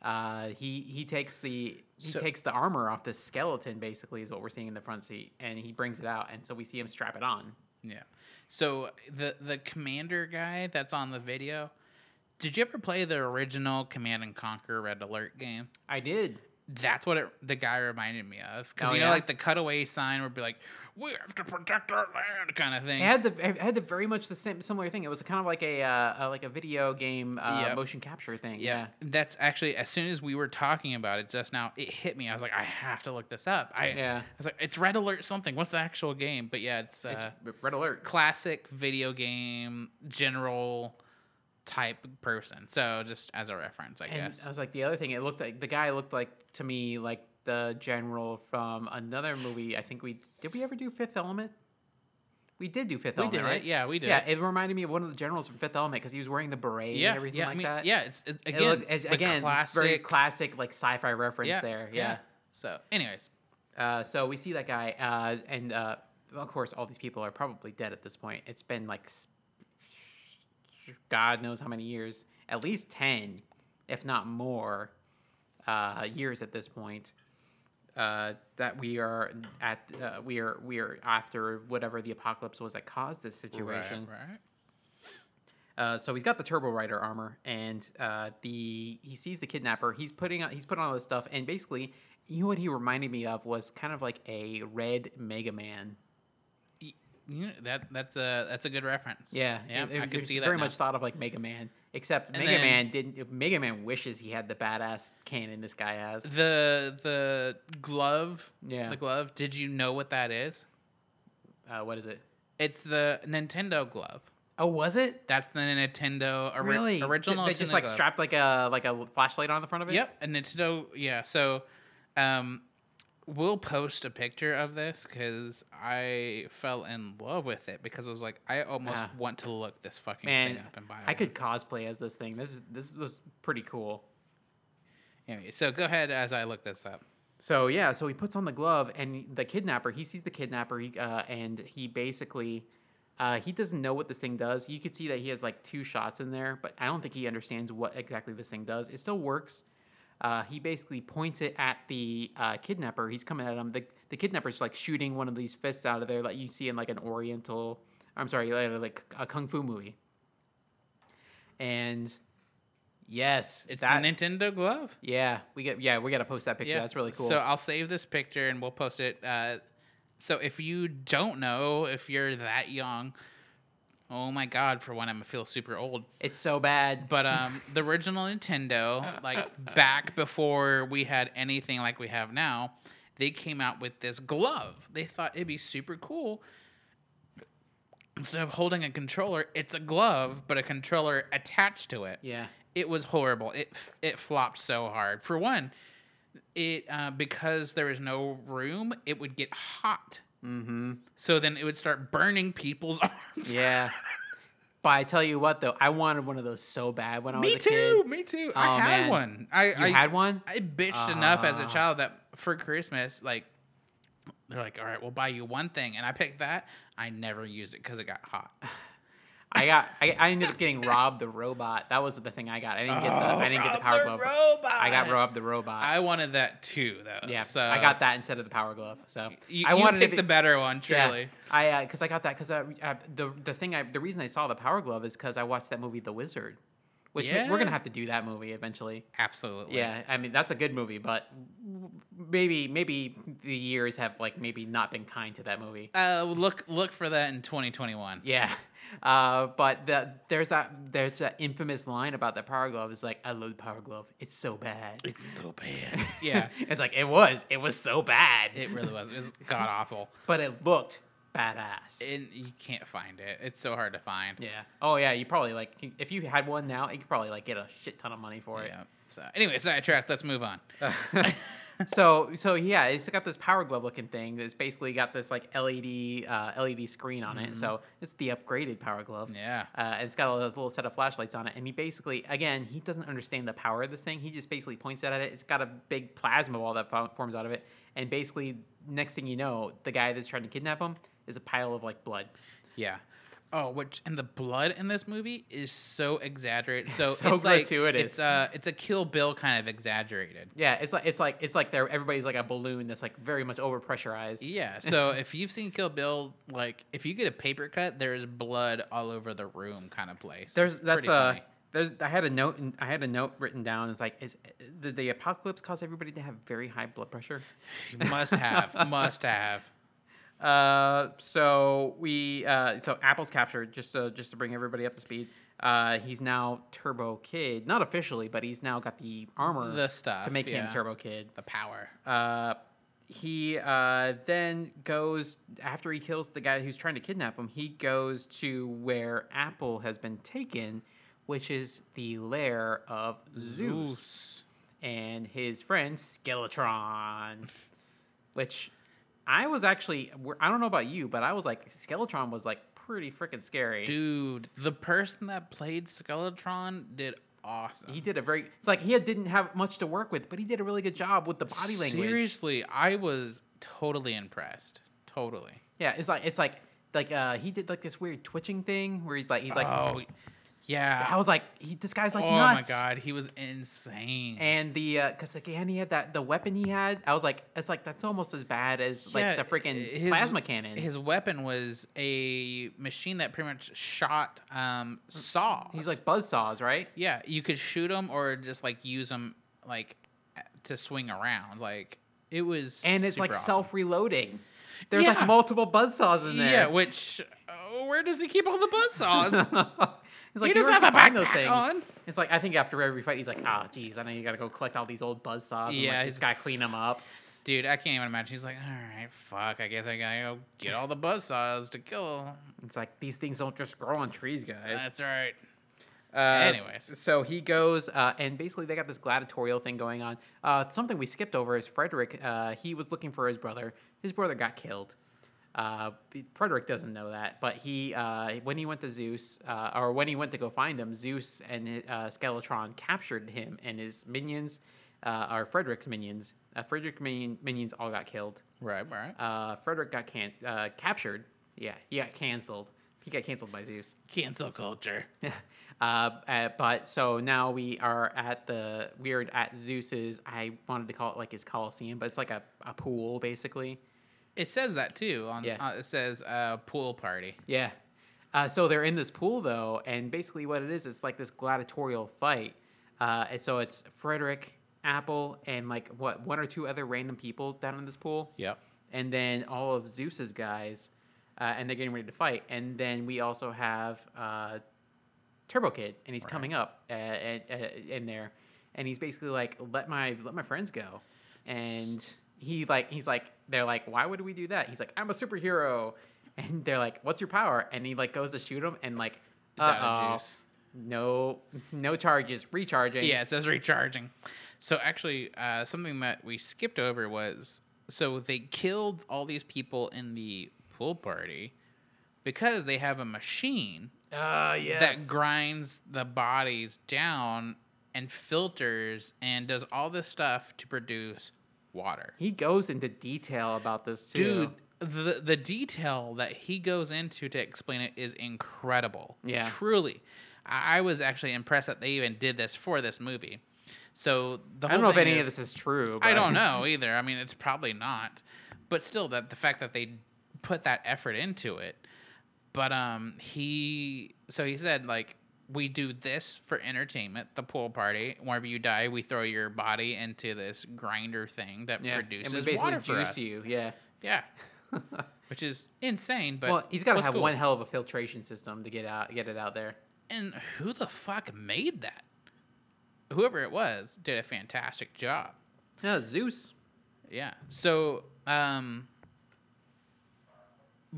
A: Uh, he he takes the he
B: So-
A: takes the armor off this skeleton basically is what we're seeing in the front seat, and he brings it out, and so we see him strap it on.
B: Yeah. So the the commander guy that's on the video, did you ever play the original Command and Conquer Red Alert game?
A: I did.
B: That's what it, the guy reminded me of because
A: Oh,
B: you know
A: yeah?
B: like the cutaway sign would be like, "We have to protect our land" kind of thing.
A: It had the it had the very much the same similar thing. It was kind of like a, uh, a like a video game uh,
B: Yep.
A: motion capture thing.
B: yeah,
A: Yeah.
B: that's actually as soon as we were talking about it just now, it hit me. I was like, I have to look this up. I,
A: Yeah.
B: I was like, it's Red Alert something. What's the actual game? But yeah, it's, uh,
A: It's r- red alert.
B: classic video game general type person. So just as a reference, I
A: And uh,
B: guess.
A: I was like the other thing. It looked like the guy looked like to me like the general from another movie. I think we did we ever do Fifth Element? We did do Fifth
B: we
A: Element,
B: did
A: right?
B: it. Yeah, we did.
A: Yeah,
B: it.
A: it reminded me of one of the generals from Fifth Element because he was wearing the beret
B: yeah,
A: and everything
B: yeah,
A: like
B: I mean,
A: that.
B: yeah. It's it,
A: It
B: again,
A: looked- as-
B: the
A: again,
B: classic,
A: very classic like sci-fi reference
B: yeah,
A: there. Yeah.
B: So, anyways,
A: Uh, so we see that guy, uh, and uh, of course, all these people are probably dead at this point. It's been like s- God knows how many years, at least ten, if not more, uh, years at this point. Uh, that we are at, uh, we are we are after whatever the apocalypse was that caused this situation.
B: right, right.
A: Uh, so he's got the Turbo Rider armor, and uh, the he sees the kidnapper. He's putting on he's putting on all this stuff, and basically, you know what he reminded me of was kind of like a red Mega Man.
B: Y- You know, that that's a that's a good reference.
A: Yeah,
B: yeah.
A: it- it-
B: I can
A: it's
B: see that.
A: Very
B: now.
A: much thought of like Mega Man, except
B: And
A: Mega
B: then-
A: Man didn't. If Mega Man wishes he had the badass cannon this guy has.
B: The the glove.
A: Yeah.
B: The glove. Did you know what that is?
A: Uh, what is it?
B: It's the Nintendo glove.
A: Oh, was it
B: That's the Nintendo ori-
A: really
B: original.
A: They, they just
B: Nintendo
A: like
B: glove.
A: strapped like a like a flashlight on the front of it.
B: Yep, and Nintendo. Yeah, so um, we'll post a picture of this because I fell in love with it because I was like, I almost
A: Ah.
B: want to look this fucking
A: Man,
B: thing up and buy it.
A: I could cosplay as this thing. This is this was pretty cool.
B: Anyway, so go ahead as I look this up.
A: So yeah, so he puts on the glove, and the kidnapper he sees the kidnapper, he, uh, and he basically Uh, he doesn't know what this thing does. You could see that he has like two shots in there, but I don't think he understands what exactly this thing does. It still works. Uh, he basically points it at the uh, kidnapper. He's coming at him. The, the kidnapper's like shooting one of these fists out of there, like you see in like an Oriental, I'm sorry, like like a kung fu movie. And yes,
B: It's
A: that
B: the Nintendo Glove.
A: yeah, we get yeah, we got to post that picture. That's really cool.
B: So I'll save this picture and we'll post it. Uh, so if you don't know, if you're that young, oh my god, for one, I'm gonna feel super old.
A: it's so bad,
B: But um, the original Nintendo, like back before we had anything like we have now, they came out with this glove. They thought it'd be super cool. Instead of holding a controller, it's a glove, but a controller attached to it
A: yeah,
B: it was horrible. It it flopped so hard. For one, it uh, because there was no room, it would get hot. Mm-hmm. So then it would start burning people's arms.
A: yeah. but I tell you what, though, I wanted one of those so bad when I
B: me
A: was a kid.
B: too. Me too. I
A: Oh,
B: had
A: man.
B: one. I
A: You
B: I,
A: had one?
B: I bitched enough as a
A: Ah.
B: child that for Christmas, like they're like, all right, we'll buy you one thing, and I picked that. I never used it because it got hot.
A: I got. I, I ended up getting Rob the robot. That was the thing I got. I didn't get the.
B: Oh,
A: I didn't get the power glove. I got Rob the robot.
B: I wanted that too, though.
A: yeah,
B: so
A: I got that instead of the power glove. So
B: You,
A: I
B: you
A: wanted to
B: picked
A: be-
B: the better one, truly.
A: Yeah, I because I got that because I, I the the thing I the reason I saw the power glove is because I watched that movie The Wizard, which we- we're
B: Yeah.
A: gonna have to do that movie eventually.
B: Absolutely.
A: Yeah, I mean that's a good movie, but maybe maybe the years have like maybe not been kind to that movie.
B: Uh, look look for that in 2021.
A: Yeah. Uh, but the, there's that there's that infamous line about the power glove. It's like I love the power glove. It's so bad.
B: It's so bad. yeah,
A: it's like it was. It was so bad.
B: it really was. It was god awful,
A: but it looked badass.
B: and you can't find it. It's so hard to find.
A: yeah. Oh yeah. You probably like can- if you had one now, you could probably like get a shit ton of money for it.
B: Yeah. So anyway, sidetracked. Let's move on.
A: so so yeah, it's got this power glove looking thing that's basically got this like LED uh, LED screen on it. So it's the upgraded power glove.
B: Yeah.
A: Uh, and it's got a little set of flashlights on it, and he basically, again, he doesn't understand the power of this thing. He just basically points it at it. It's got a big plasma ball that fo- forms out of it, and basically, next thing you know, the guy that's trying to kidnap him is a pile of like blood.
B: Yeah. Oh, which and the blood in this movie is so exaggerated. So,
A: So
B: it's like,
A: gratuitous.
B: It's uh, it's a Kill Bill kind of exaggerated.
A: Yeah, it's like it's like it's like they're everybody's like a balloon that's like very much over pressurized.
B: Yeah. So if you've seen Kill Bill, like if you get a paper cut, there is blood all over the room, kind of place.
A: There's
B: It's
A: that's uh,
B: pretty funny.
A: a there's I had a note and I had a note written down. It's like is did the apocalypse cause everybody to have very high blood pressure?
B: You must have, must have.
A: Uh, so we uh, so Apple's captured just to, just to bring everybody up to speed. Uh, he's now Turbo Kid, not officially, but he's now got the armor
B: The stuff,
A: to make
B: yeah.
A: him Turbo Kid.
B: the power.
A: Uh, he uh, then goes after he kills the guy who's trying to kidnap him. He goes to where Apple has been taken, which is the lair of Zeus and his friend Skeletron, which I was actually we're- I don't know about you, but I was like Skeletron was like pretty freaking scary.
B: Dude, the person that played Skeletron did awesome.
A: He did a very it's like he had, didn't have much to work with, but he did a really good job with the body language.
B: Seriously, I was totally impressed. Totally.
A: Yeah, it's like it's like like uh he did like this weird twitching thing where he's like he's like
B: oh, yeah.
A: I was like he this guy's like
B: oh
A: nuts.
B: my god, he was insane.
A: And the uh, cause again he had that the weapon he had. I was like it's like that's almost as bad as
B: Yeah, eh,
A: like the freaking
B: his-
A: plasma cannon.
B: His weapon was a machine that pretty much shot um, saws.
A: he's like buzz saws, right?
B: yeah, you could shoot them or just like use them like to swing around. Like it was,
A: and it's
B: super
A: like
B: awesome.
A: self-reloading. There's
B: Yeah.
A: like multiple buzzsaws in
B: Yeah,
A: there.
B: which oh, where does he keep all the buzzsaws?
A: it's like
B: He doesn't
A: he doesn't
B: have a
A: find those
B: backpack
A: things.
B: on.
A: It's like I think after every fight, he's like, "Ah, geez, I know you got to go collect all these old buzzsaws. and
B: Yeah,
A: like,
B: he's-
A: this guy clean them up."
B: Dude, I can't even imagine. He's like, all right, fuck. I guess I gotta go get all the buzzsaws to kill.
A: It's like these things don't just grow on trees, guys.
B: That's right.
A: Uh, s-
B: anyways.
A: so he goes, uh, and basically they got this gladiatorial thing going on. Uh, something we skipped over is Frederick. Uh, he was looking for his brother. His brother got killed. Uh, Frederick doesn't know that, but he uh, when he went to Zeus, uh, or when he went to go find him, Zeus and uh, Skeletron captured him and his minions, uh, or Frederick's minions. Uh, Frederick's minion, minions all got killed
B: Right, right.
A: uh, Frederick got can- uh, captured. Yeah, he got canceled He got canceled by Zeus.
B: Cancel culture.
A: Uh, uh, but so now we are at the we are at Zeus's. I wanted to call it like his coliseum, but it's like a, a pool basically.
B: It says that too. On
A: Yeah.
B: uh, it says uh, pool party.
A: Yeah. Uh, so they're in this pool though, and basically what it is, it's like this gladiatorial fight. Uh, and so it's Frederick Apple and like what one or two other random people down in this pool.
B: Yep.
A: and then all of Zeus's guys, uh, and they're getting ready to fight. And then we also have uh, Turbo Kid, and he's coming up uh, and, uh, in there, and he's basically like, "Let my let my friends go," and he like he's like they're like, "Why would we do that?" He's like, "I'm a superhero," and they're like, "What's your power?" And he like goes to shoot him, and like,
B: It's out
A: "Uh-oh,
B: of juice.
A: no no charges, recharging."
B: Yeah, it says recharging. So actually, uh, something that we skipped over was so they killed all these people in the pool party because they have a machine
A: uh, yes.
B: that grinds the bodies down and filters and does all this stuff to produce water.
A: he goes into detail about this too.
B: Dude, the the detail that he goes into to explain it is incredible.
A: Yeah.
B: truly, I, I was actually impressed that they even did this for this movie. So the
A: I don't know
B: whole
A: if
B: thing
A: any of
B: is-
A: this is true.
B: I
A: but-
B: don't know either. I mean, it's probably not, but still, that the fact that they put that effort into it. But um, he so he said like we do this for entertainment, the pool party. Whenever you die, we throw your body into this grinder thing that
A: Yeah,
B: produces
A: and we basically
B: water for
A: juice
B: us.
A: you. Yeah.
B: Yeah, which is insane. But
A: well, he's got to
B: was
A: have
B: cool.
A: one hell of a filtration system to get out, get it out there.
B: And who the fuck made that? Whoever it was did a fantastic job.
A: No, Zeus.
B: Yeah. So, um,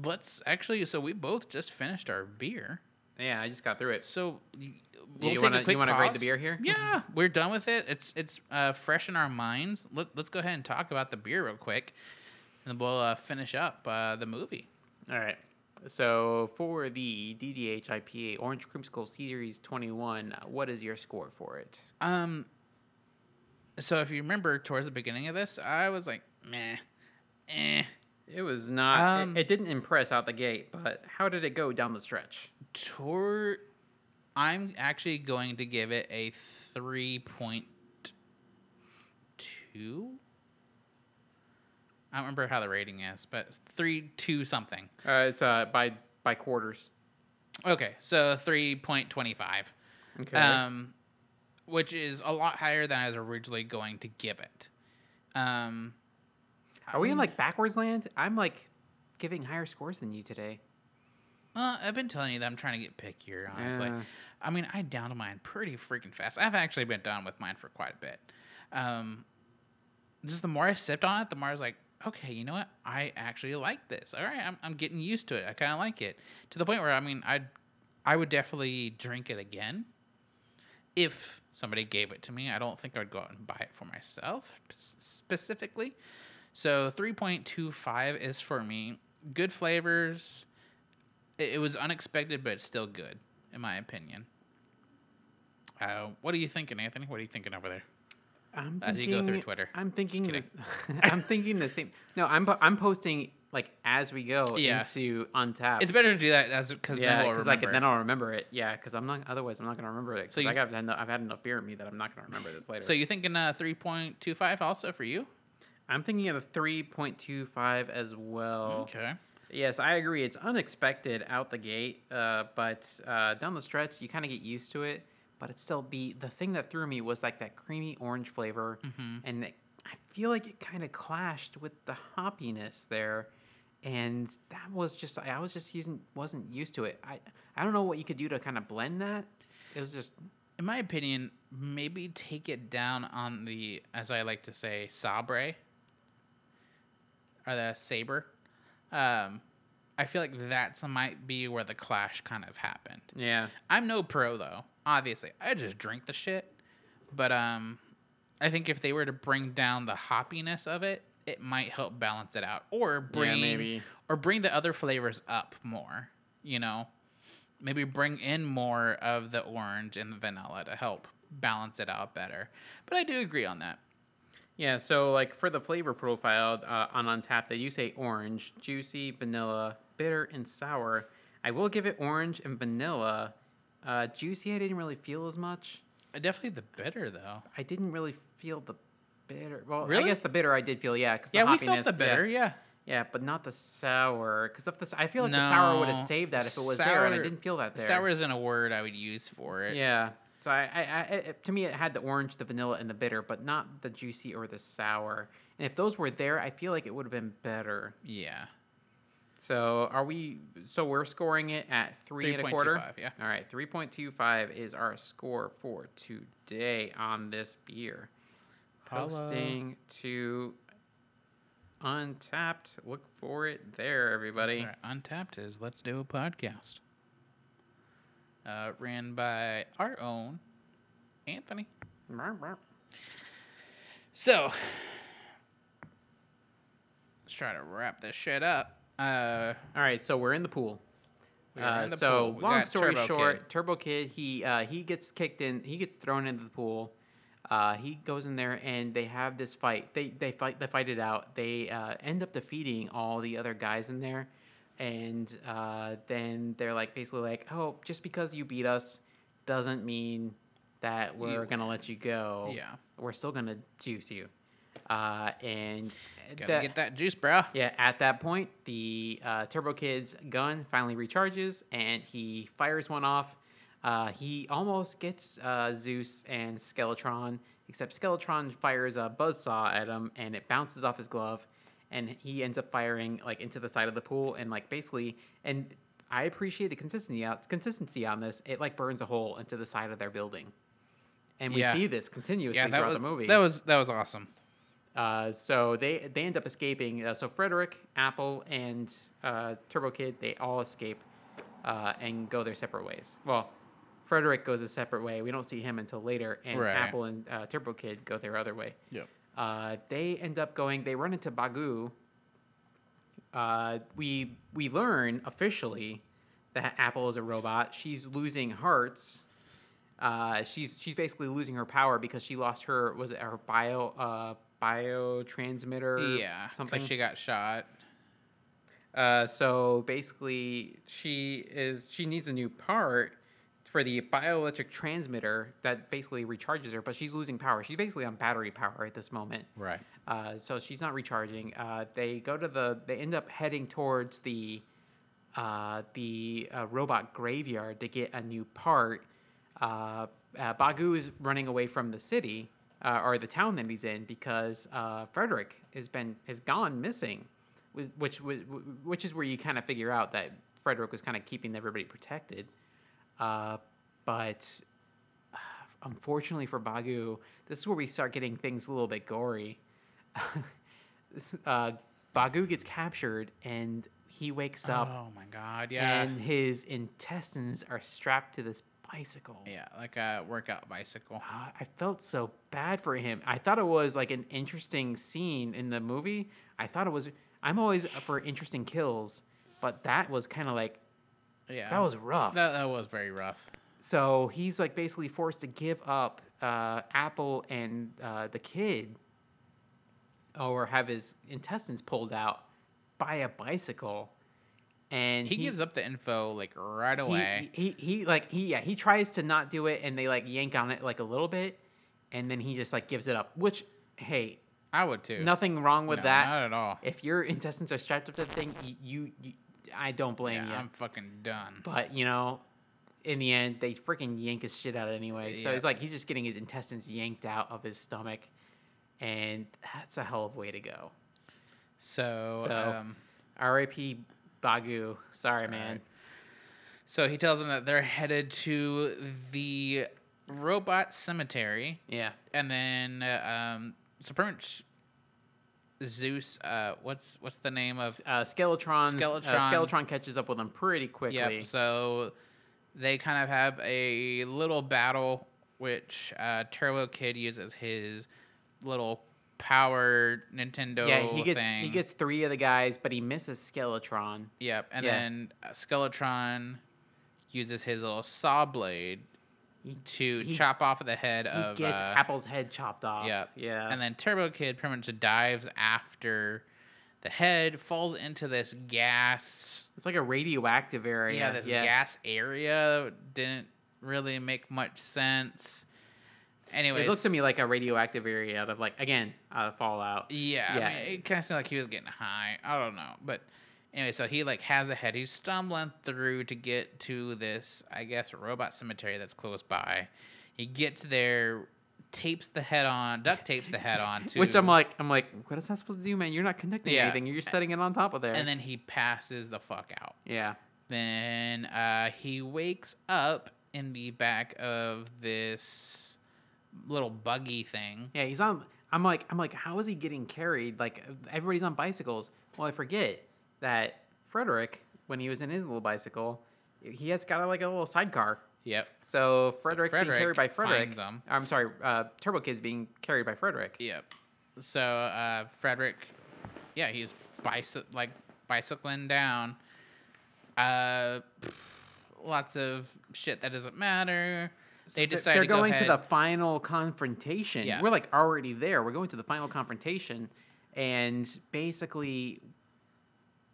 B: let's actually. So we both just finished our beer.
A: Yeah, I just got through it.
B: So y-
A: you
B: we'll take
A: wanna-
B: a
A: you
B: quick
A: wanna grade the
B: pause.
A: beer here?
B: Yeah, we're done with it. It's it's uh, fresh in our minds. Let, let's go ahead and talk about the beer real quick, and we'll uh, finish up uh, the movie.
A: All right. So for the DDH IPA Orange Creamsicle Series 21, what is your score for it?
B: Um. So if you remember, towards the beginning of this, I was like, meh, eh.
A: It was not.
B: Um,
A: it, it didn't impress out the gate, but how did it go down the stretch?
B: Tor, I'm actually going to give it a three point two. I don't remember how the rating is, but three two something.
A: Uh, it's uh, by by quarters.
B: Okay, so three point twenty five,
A: Okay.
B: um, which is a lot higher than I was originally going to give it. Um,
A: Are we in like backwards land? I'm like giving higher scores than you today.
B: Well, I've been telling you that I'm trying to get pickier, honestly.
A: Yeah.
B: I mean, I downed mine pretty freaking fast. I've actually been down with mine for quite a bit. Um, just the more I sipped on it, the more I was like, okay, you know what? I actually like this. All right, I'm, I'm getting used to it. I kind of like it to the point where I mean, I I would definitely drink it again if somebody gave it to me. I don't think I would go out and buy it for myself s- specifically. So 3.25 is for me. Good flavors it, it was unexpected, but it's still good, in my opinion. Uh, what are you thinking, Anthony? What are you thinking over there?
A: I'm
B: as you go through Twitter.
A: I'm thinking.
B: kidding.
A: the- I'm thinking the same. No, I'm po- I'm posting like as we go
B: Yeah.
A: into Untapped.
B: It's better to do that as because
A: yeah,
B: then we'll
A: 'cause
B: remember.
A: I can, then I'll remember it. Yeah, because I'm not. Otherwise, I'm not gonna remember it. So
B: you-
A: I got, I've had enough beer in me that I'm not gonna remember this later.
B: so you thinking uh, 3.25 also for you?
A: I'm thinking of a 3.25 as
B: Hmm?
A: well.
B: Okay.
A: Yes, I agree. It's unexpected out the gate, uh, but uh, down the stretch, you kind of get used to it. But it's still be the thing that threw me was like that creamy orange flavor, and it, I feel like it kind of clashed with the hoppiness there, and that was just I was just using wasn't used to it. I I don't know what you could do to kind of blend that. It was just
B: In my opinion, maybe take it down on the, as I like to say, sabre or the saber. Um, I feel like that's might be where the clash kind of happened.
A: yeah.
B: I'm no pro though. Obviously, I just drink the shit. But um, I think if they were to bring down the hoppiness of it, it might help balance it out, or bring
A: maybe.
B: or bring the other flavors up more. You know, maybe bring in more of the orange and the vanilla to help balance it out better. But I do agree on that.
A: Yeah, so like for the flavor profile uh, on Untapped, they do say orange, juicy, vanilla, bitter, and sour. I will give it orange and vanilla. Uh, juicy, I didn't really feel as much.
B: Uh, Definitely the bitter though.
A: I didn't really feel the bitter. Well, I
B: Really?
A: guess the bitter I did feel, yeah, because
B: yeah,
A: the
B: we felt
A: hoppiness.
B: the bitter.
A: Yeah,
B: Yeah.
A: yeah, but not the sour. Because if the, s- I feel like the sour would
B: No.
A: have saved that if it was there, and I
B: Sour-
A: didn't feel that there.
B: Sour isn't a word I would use for it.
A: Yeah. So I, I, I it, to me, it had the orange, the vanilla, and the bitter, but not the juicy or the sour. And if those were there, I feel like it would have been better.
B: Yeah.
A: So are we? So we're scoring it at three and a quarter.
B: 3.25, yeah.
A: All right, three point two five is our score for today on this beer.
B: Hello.
A: Posting to Untapped. Look for it there, everybody.
B: All right, Untapped is Let's Do a Podcast. Uh, ran by our own Anthony. So, let's try to wrap this shit up. Uh,
A: All right, so we're in the pool.
B: We are
A: Uh,
B: in the
A: so
B: pool. We
A: long
B: got
A: story
B: Turbo
A: short,
B: Kid.
A: Turbo Kid he uh, he gets kicked in, he gets thrown into the pool. Uh, he goes in there and they have this fight. They they fight they fight it out. They uh, end up defeating all the other guys in there, and uh, then they're like basically like, oh, just because you beat us doesn't mean that we're gonna let you go.
B: Yeah.
A: we're still gonna juice you. Uh, and
B: gotta
A: that-
B: get that juice, bro.
A: yeah, at that point, the uh, Turbo Kid's gun finally recharges and he fires one off. Uh, he almost gets uh, Zeus and Skeletron, except Skeletron fires a buzzsaw at him and it bounces off his glove and he ends up firing like into the side of the pool and like basically and I appreciate the consistency out consistency on this. It like burns a hole into the side of their building. And we
B: Yeah.
A: see this continuously
B: Yeah, that
A: throughout
B: was,
A: the movie.
B: that was that was awesome.
A: Uh, so they they end up escaping. Uh, so Frederick, Apple, and uh, Turbo Kid they all escape uh, and go their separate ways. Well, Frederick goes a separate way. We don't see him until later, and
B: Right.
A: Apple and uh, Turbo Kid go their other way.
B: Yep.
A: Uh, they end up going. They run into Bagu. Uh, we we learn officially that Apple is a robot. She's losing hearts. Uh, she's she's basically losing her power because she lost her was it her bio uh bio transmitter
B: Yeah,
A: something
B: because she got shot.
A: uh, so basically, she is she needs a new part for the bioelectric transmitter that basically recharges her, but she's losing power. She's basically on battery power at this moment.
B: Right.
A: Uh, so she's not recharging. Uh, they go to the. They end up heading towards the uh, the uh, robot graveyard to get a new part. Uh, uh, Bagu is running away from the city uh, or the town that he's in because uh, Frederick has been has gone missing, whi- which whi- whi- which is where you kind of figure out that Frederick was kind of keeping everybody protected. Uh, but unfortunately for Bagu, this is where we start getting things a little bit gory. uh, Bagu gets captured and he wakes up,
B: Oh my god. Yeah.
A: and his intestines are strapped to this bicycle.
B: yeah, like a workout bicycle.
A: Ah, I felt so bad for him. I thought it was like an interesting scene in the movie. I thought it was. I'm always up for interesting kills, but that was kind of like
B: Yeah.
A: that was rough.
B: that, that was very rough.
A: So he's like basically forced to give up uh, Apple and uh, the kid, or have his intestines pulled out by a bicycle, and
B: He, gives up the info like right
A: he, e
B: away.
A: He, he he like he yeah he tries to not do it, and they like yank on it like a little bit, and then he just like gives it up. Which hey,
B: I would too.
A: nothing wrong with
B: No,
A: that.
B: Not at all.
A: If your intestines are strapped up to the thing, you, you, you I don't blame
B: Yeah,
A: you.
B: I'm fucking done.
A: But you know, in the end, they freaking yank his shit out anyway. So
B: Yeah.
A: it's like he's just getting his intestines yanked out of his stomach, and that's a hell of a way to go.
B: So,
A: So-
B: um,
A: R.I.P. Bagu. Sorry,
B: all
A: man.
B: right. so he tells them that they're headed to the robot cemetery,
A: Yeah.
B: and then uh, um, so pretty much Zeus. Uh, what's what's the name of?
A: S- Uh, Skeletron's, Uh,
B: Skeletron.
A: Skeletron catches up with him pretty quickly.
B: Yep. So they kind of have a little battle, which uh, Turbo Kid uses his little power Nintendo.
A: yeah, he gets
B: thing.
A: he gets three of the guys, but he misses Skeletron.
B: Yep, and
A: Yeah.
B: then uh, Skeletron uses his little saw blade to
A: he-
B: chop off the head
A: He
B: of.
A: gets
B: uh,
A: Apple's head chopped off.
B: Yep.
A: Yeah.
B: And then Turbo Kid pretty much dives after The head falls into this gas.
A: It's like a radioactive area.
B: Yeah, this gas area didn't really make much sense. Anyways,
A: It looks to me like a radioactive area out of like again out of Fallout.
B: Yeah,
A: Yeah.
B: I mean, it kind of seemed like he was getting high. I don't know, but anyway, so he like has a head. He's stumbling through to get to this, I guess, robot cemetery that's close by. He gets there, tapes the head on, duct tapes the head on to,
A: Which I'm like, I'm like, what is that supposed to do, man? You're not connecting
B: Yeah.
A: anything. You're just setting it on top of there.
B: and then he passes the fuck out.
A: yeah,
B: Then uh, he wakes up in the back of this little buggy thing.
A: yeah, he's on. I'm like, I'm like, how is he getting carried? Like everybody's on bicycles. Well, I forget that Frederick, when he was in his little bicycle, he has got like a little sidecar.
B: Yep.
A: So Frederick's
B: Frederick
A: being carried by Frederick.
B: finds him.
A: I'm sorry, uh, Turbo Kid's being carried by Frederick.
B: Yep. So uh, Frederick, yeah, he's bicy- like bicycling down. Uh, pff, lots of shit that doesn't matter. They
A: They're-
B: decide
A: they're
B: to go
A: going
B: ahead.
A: to the final confrontation.
B: Yeah.
A: We're like already there. We're going to the final confrontation, and basically,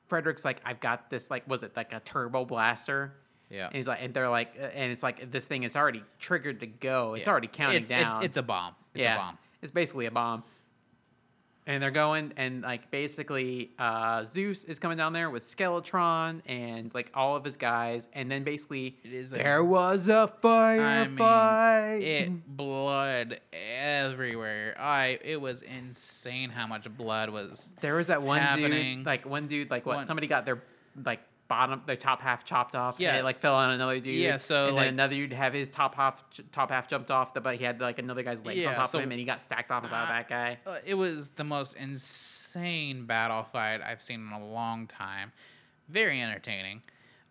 A: Frederick's like, "I've got this." Like, was it like a turbo blaster?
B: Yeah.
A: And he's like, and they're like, uh, and it's like this thing is already triggered to go. It's already counting
B: it's, it-
A: down.
B: it's a bomb. It's a bomb.
A: It's basically a bomb. And they're going and like basically uh, Zeus is coming down there with Skeletron and like all of his guys and then basically
B: It is a-
A: there was a
B: I
A: firefight.
B: mean, it blood everywhere. I it was insane how much blood was.
A: there was that one
B: happening.
A: dude like one dude like what
B: One-
A: somebody got their like bottom their top half chopped off and
B: Yeah.
A: it, like fell on another dude
B: Yeah, so,
A: and
B: like-
A: then another dude have his top half top half jumped off the but he had like another guy's legs on
B: Yeah,
A: top
B: so-
A: of him and he got stacked off about
B: Ah.
A: that guy
B: Uh, it was the most insane battle fight I've seen in a long time. Very entertaining.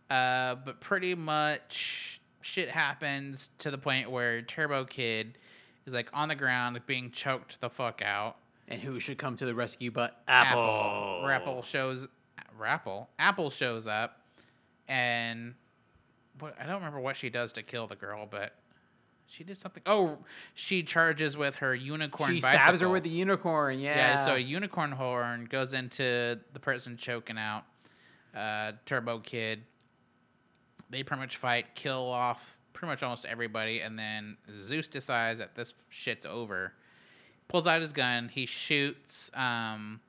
B: Uh, but pretty much shit happens to the point where Turbo Kid is like on the ground being choked the fuck out.
A: and who should come to the rescue but
B: Apple. Rapple shows Rapple. Apple shows up and what I don't remember what she does to kill the girl, but she did something. Oh, she charges with her unicorn
A: she
B: bicycle.
A: stabs her with the unicorn. Yeah.
B: Yeah, so a unicorn horn goes into the person choking out uh, Turbo Kid. They pretty much fight, kill off pretty much almost everybody, and then Zeus decides that this shit's over. Pulls out his gun. He shoots um,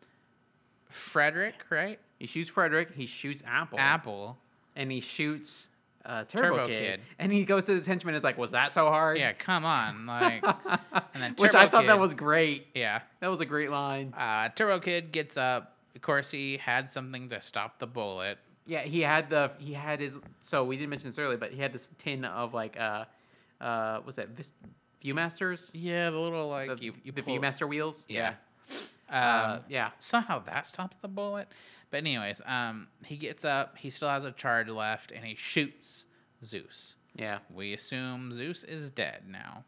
B: Frederick, right?
A: he shoots Frederick. He shoots Apple.
B: Apple.
A: and he shoots uh, Turbo,
B: Turbo
A: Kid.
B: Kid.
A: And he goes to his henchman. and Is like, was that so hard?
B: Yeah, come on, like, and then Turbo
A: Which I thought that
B: Kid-
A: was great.
B: yeah.
A: That was a great line.
B: Uh, Turbo Kid gets up. Of course, he had something to stop the bullet.
A: Yeah, he had the he had his. So we didn't mention this earlier, but he had this tin of like uh, uh, was that Vis- Viewmasters?
B: Yeah, the little like
A: The,
B: you, you
A: the
B: pull-
A: Viewmaster wheels.
B: Yeah.
A: Uh,
B: Um,
A: yeah.
B: somehow that stops the bullet. But anyways, um, he gets up. He still has a charge left, and he shoots Zeus.
A: Yeah.
B: We assume Zeus is dead now.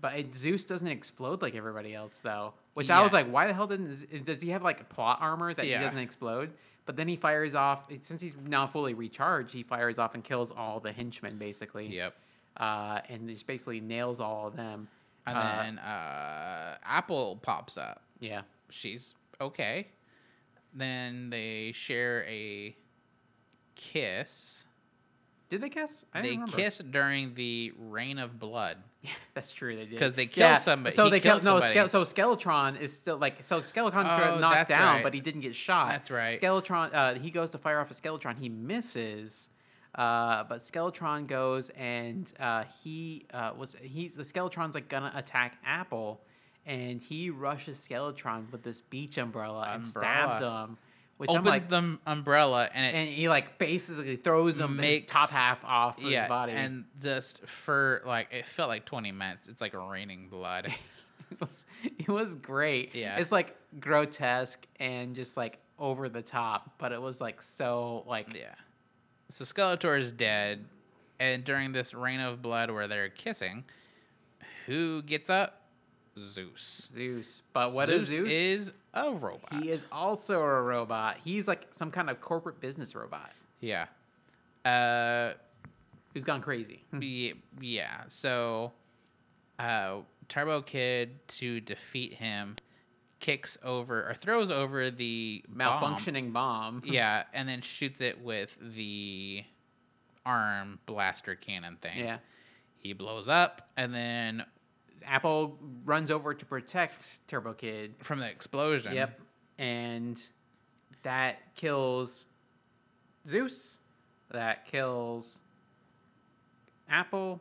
A: But it, Zeus doesn't explode like everybody else, though. Which I was
B: Yeah.
A: like, why the hell didn't? Z- Does he have like plot armor that
B: Yeah.
A: he doesn't explode? But then he fires off. Since he's now fully recharged, he fires off and kills all the henchmen basically.
B: Yep.
A: Uh, and just basically nails all of them.
B: And
A: Uh,
B: then uh, Apple pops up.
A: yeah,
B: She's okay. Then they share a kiss.
A: did they kiss? I
B: They
A: don't remember.
B: kiss during the Reign of Blood.
A: Yeah, that's true. They did
B: 'Cause they
A: kill
B: kill somebody-
A: So
B: he
A: they
B: kills
A: kill no.
B: somebody.
A: Ske- so Skeletron is still like so. Skeletron got
B: Oh, that's
A: knocked down,
B: right.
A: but he didn't get shot.
B: That's right.
A: Skeletron. Uh, he goes to fire off a Skeletron. He misses. Uh, but Skeletron goes and uh, he uh, was he's the Skeletron's like gonna attack Apple, and he rushes Skeletron with this beach umbrella, and stabs
B: Umbrella.
A: him, which I'm
B: Opens
A: like,
B: the m- umbrella and it
A: and he like basically throws him his
B: Makes-
A: top half off of
B: yeah,
A: his body.
B: and just for like it felt like 20 minutes. It's like raining blood.
A: it was it was great.
B: Yeah.
A: It's like grotesque and just like over the top, but it was like so like
B: yeah. So Skeletor is dead, and during this rain of blood where they're kissing, who gets up? Zeus.
A: Zeus. But what is Zeus?
B: Is a robot.
A: he is also a robot. He's like some kind of corporate business robot
B: Yeah. Uh,
A: who's gone crazy.
B: ye- yeah. So, uh, Turbo Kid to defeat him kicks over or throws over the bomb.
A: Malfunctioning bomb.
B: yeah, and then shoots it with the arm blaster cannon thing.
A: Yeah.
B: He blows up, and then
A: Apple runs over to protect Turbo Kid.
B: from the explosion,
A: Yep. And that kills Zeus. That kills Apple.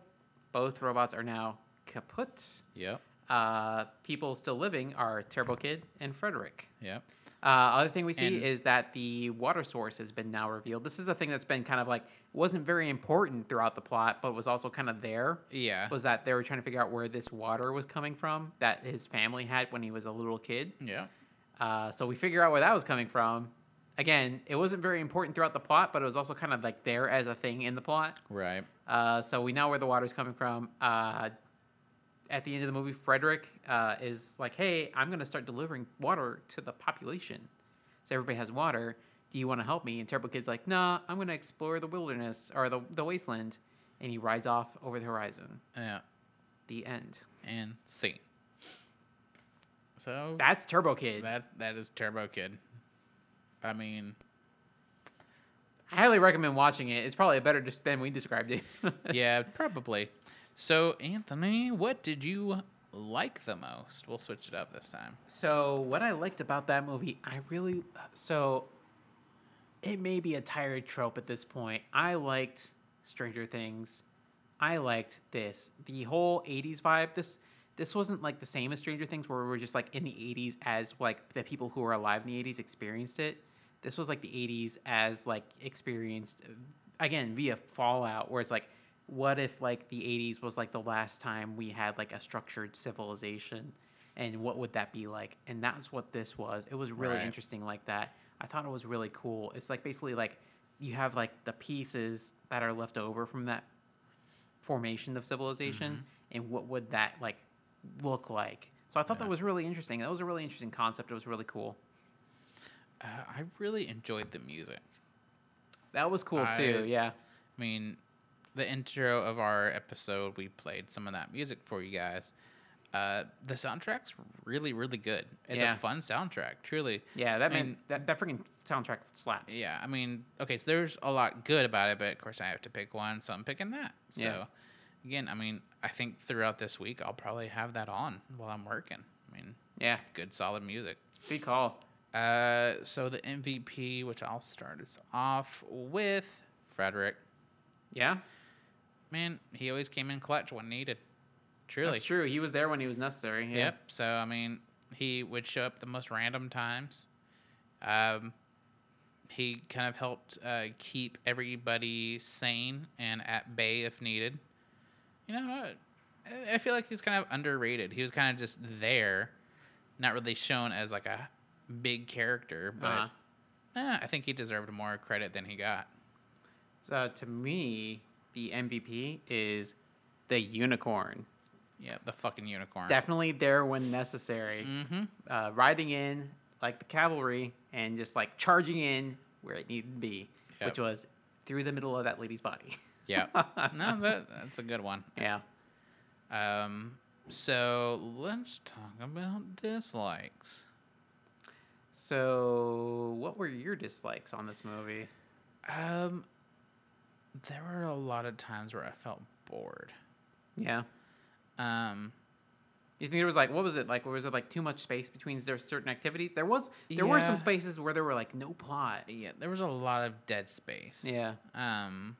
A: Both robots are now kaput.
B: yep,
A: Uh, people still living are Turbo Kid and Frederick.
B: yep,
A: Uh, other thing we see
B: And-
A: is that the water source has been now revealed. This is a thing that's been kind of like wasn't very important throughout the plot, but was also kind of there.
B: yeah,
A: Was that they were trying to figure out where this water was coming from that his family had when he was a little kid.
B: yeah,
A: Uh, so we figure out where that was coming from. Again, it wasn't very important throughout the plot, but it was also kind of like there as a thing in the plot.
B: right,
A: Uh, so we know where the water's coming from. Uh, at the end of the movie, Frederick uh, is like, "Hey, I'm gonna start delivering water to the population, so everybody has water. Do you want to help me?" And Turbo Kid's like, "Nah, I'm gonna explore the wilderness or the the wasteland," and he rides off over the horizon.
B: yeah,
A: The end.
B: and scene. So
A: That's Turbo Kid.
B: that that is Turbo Kid. I mean,
A: I highly recommend watching it. It's probably better just than we described it.
B: yeah, probably. So Anthony, what did you like the most? We'll switch it up this time.
A: So what I liked about that movie, I really so it may be a tired trope at this point. I liked Stranger Things. I liked this. The whole 80s vibe. This this wasn't like the same as Stranger Things where we were just like in the 80s as like the people who were alive in the 80s experienced it. This was like the 80s as like experienced again via Fallout where it's like what if like the 80s was like the last time we had like a structured civilization and what would that be like? And that's what this was. It was really
B: Right.
A: interesting interesting like that. I thought it was really cool. It's like basically like you have like the pieces that are left over from that formation of civilization
B: Mm-hmm.
A: and what would that like look like. So I thought that was really interesting. That was a really interesting concept. It was really cool.
B: Uh, I really enjoyed the music.
A: That was cool
B: I-
A: too. Yeah.
B: I mean, the intro of our episode, we played some of that music for you guys. Uh, the soundtrack's really, really good. It's
A: Yeah.
B: a fun soundtrack, truly.
A: Yeah, that
B: I
A: man
B: mean-
A: that that freaking soundtrack slaps.
B: Yeah, I mean, okay, so there's a lot good about it, but of course I have to pick one, so I'm picking that. So,
A: Yeah.
B: again, I mean, I think throughout this week I'll probably have that on while I'm working. I mean,
A: Yeah.
B: good, solid music.
A: Good call.
B: Uh, so the MVP, which I'll start us off with, Frederick.
A: Yeah.
B: Man, he always came in clutch when needed. Truly.
A: That's true. He was there when he was necessary. Yeah.
B: Yep. So I mean, he would show up the most random times. Um, he kind of helped uh, keep everybody sane and at bay if needed. You know, I, I feel like he's kind of underrated. He was kind of just there, not really shown as like a big character, but
A: Uh-huh.
B: eh, I think he deserved more credit than he got.
A: So to me, the MVP is the unicorn.
B: Yeah, the fucking unicorn.
A: definitely there when necessary.
B: mm-hmm.
A: Uh, riding in like the cavalry and just like charging in where it needed to be,
B: Yep.
A: which was through the middle of that lady's body.
B: Yeah. no, that, that's a good one.
A: yeah.
B: Um, so let's talk about dislikes.
A: So, what were your dislikes on this movie?
B: Um, there were a lot of times where I felt bored.
A: Yeah.
B: Um,
A: You think there was like what was it like? Was it like too much space between there certain activities? There was there were some
B: Yeah.
A: spaces where there were like no plot.
B: yeah, there was a lot of dead space.
A: Yeah.
B: Um,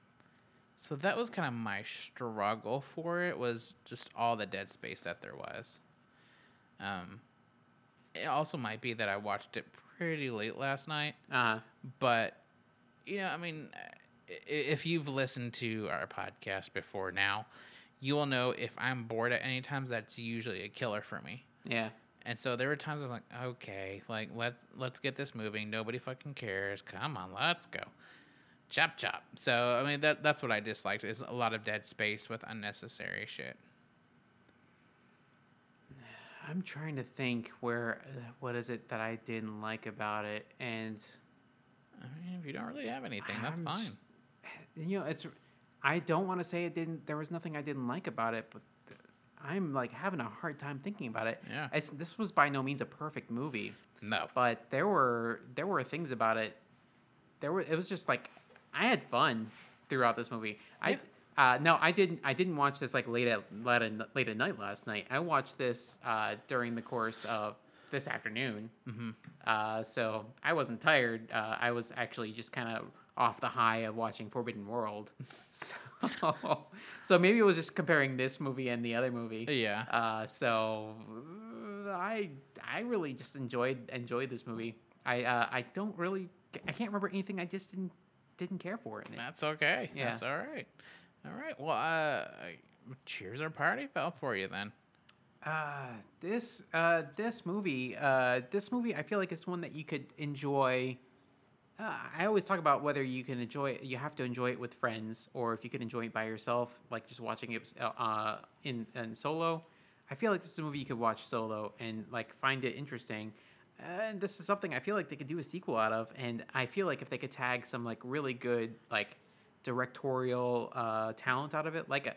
B: so that was kind of my struggle for it was just all the dead space that there was. Um, it also might be that I watched it pretty late last night.
A: Uh huh.
B: but you know i mean i- if you've listened to our podcast before now you will know if i'm bored at any times that's usually a killer for me
A: Yeah.
B: and so there were times i'm like okay like let let's get this moving nobody fucking cares come on let's go chop chop so i mean that that's what i disliked is a lot of dead space with unnecessary shit
A: I'm trying to think where uh, what is it that I didn't like about it and
B: i mean if you don't really have anything that's
A: I'm
B: fine
A: just- you know, it's. I don't want to say it didn't. There was nothing I didn't like about it, but th- I'm like having a hard time thinking about it.
B: Yeah.
A: It's, this was by no means a perfect movie,
B: No.
A: but there were there were things about it. There were it was just like I had fun throughout this movie. I uh, no, I didn't. I didn't watch this like late at late at, late at night last night. I watched this uh, during the course of this afternoon. Mm-hmm. Uh, so I wasn't tired. Uh, I was actually just kind of off the high of watching Forbidden World. So, so maybe it was just comparing this movie and the other movie.
B: Yeah.
A: Uh, so uh, I I really just enjoyed enjoyed this movie. I uh, I don't really I can't remember anything. I just didn't didn't care for in it.
B: That's okay.
A: Yeah.
B: That's all right. All right. Well, uh, cheers our party fell for you then.
A: Uh, this uh, this movie uh, this movie I feel like it's one that you could enjoy. Uh, I always talk about whether you can enjoy it, you have to enjoy it with friends or if you can enjoy it by yourself, like just watching it uh, uh, in in solo. I feel like this is a movie you could watch solo and like find it interesting. And this is something I feel like they could do a sequel out of. And I feel like if they could tag some like really good like directorial uh, talent out of it, like a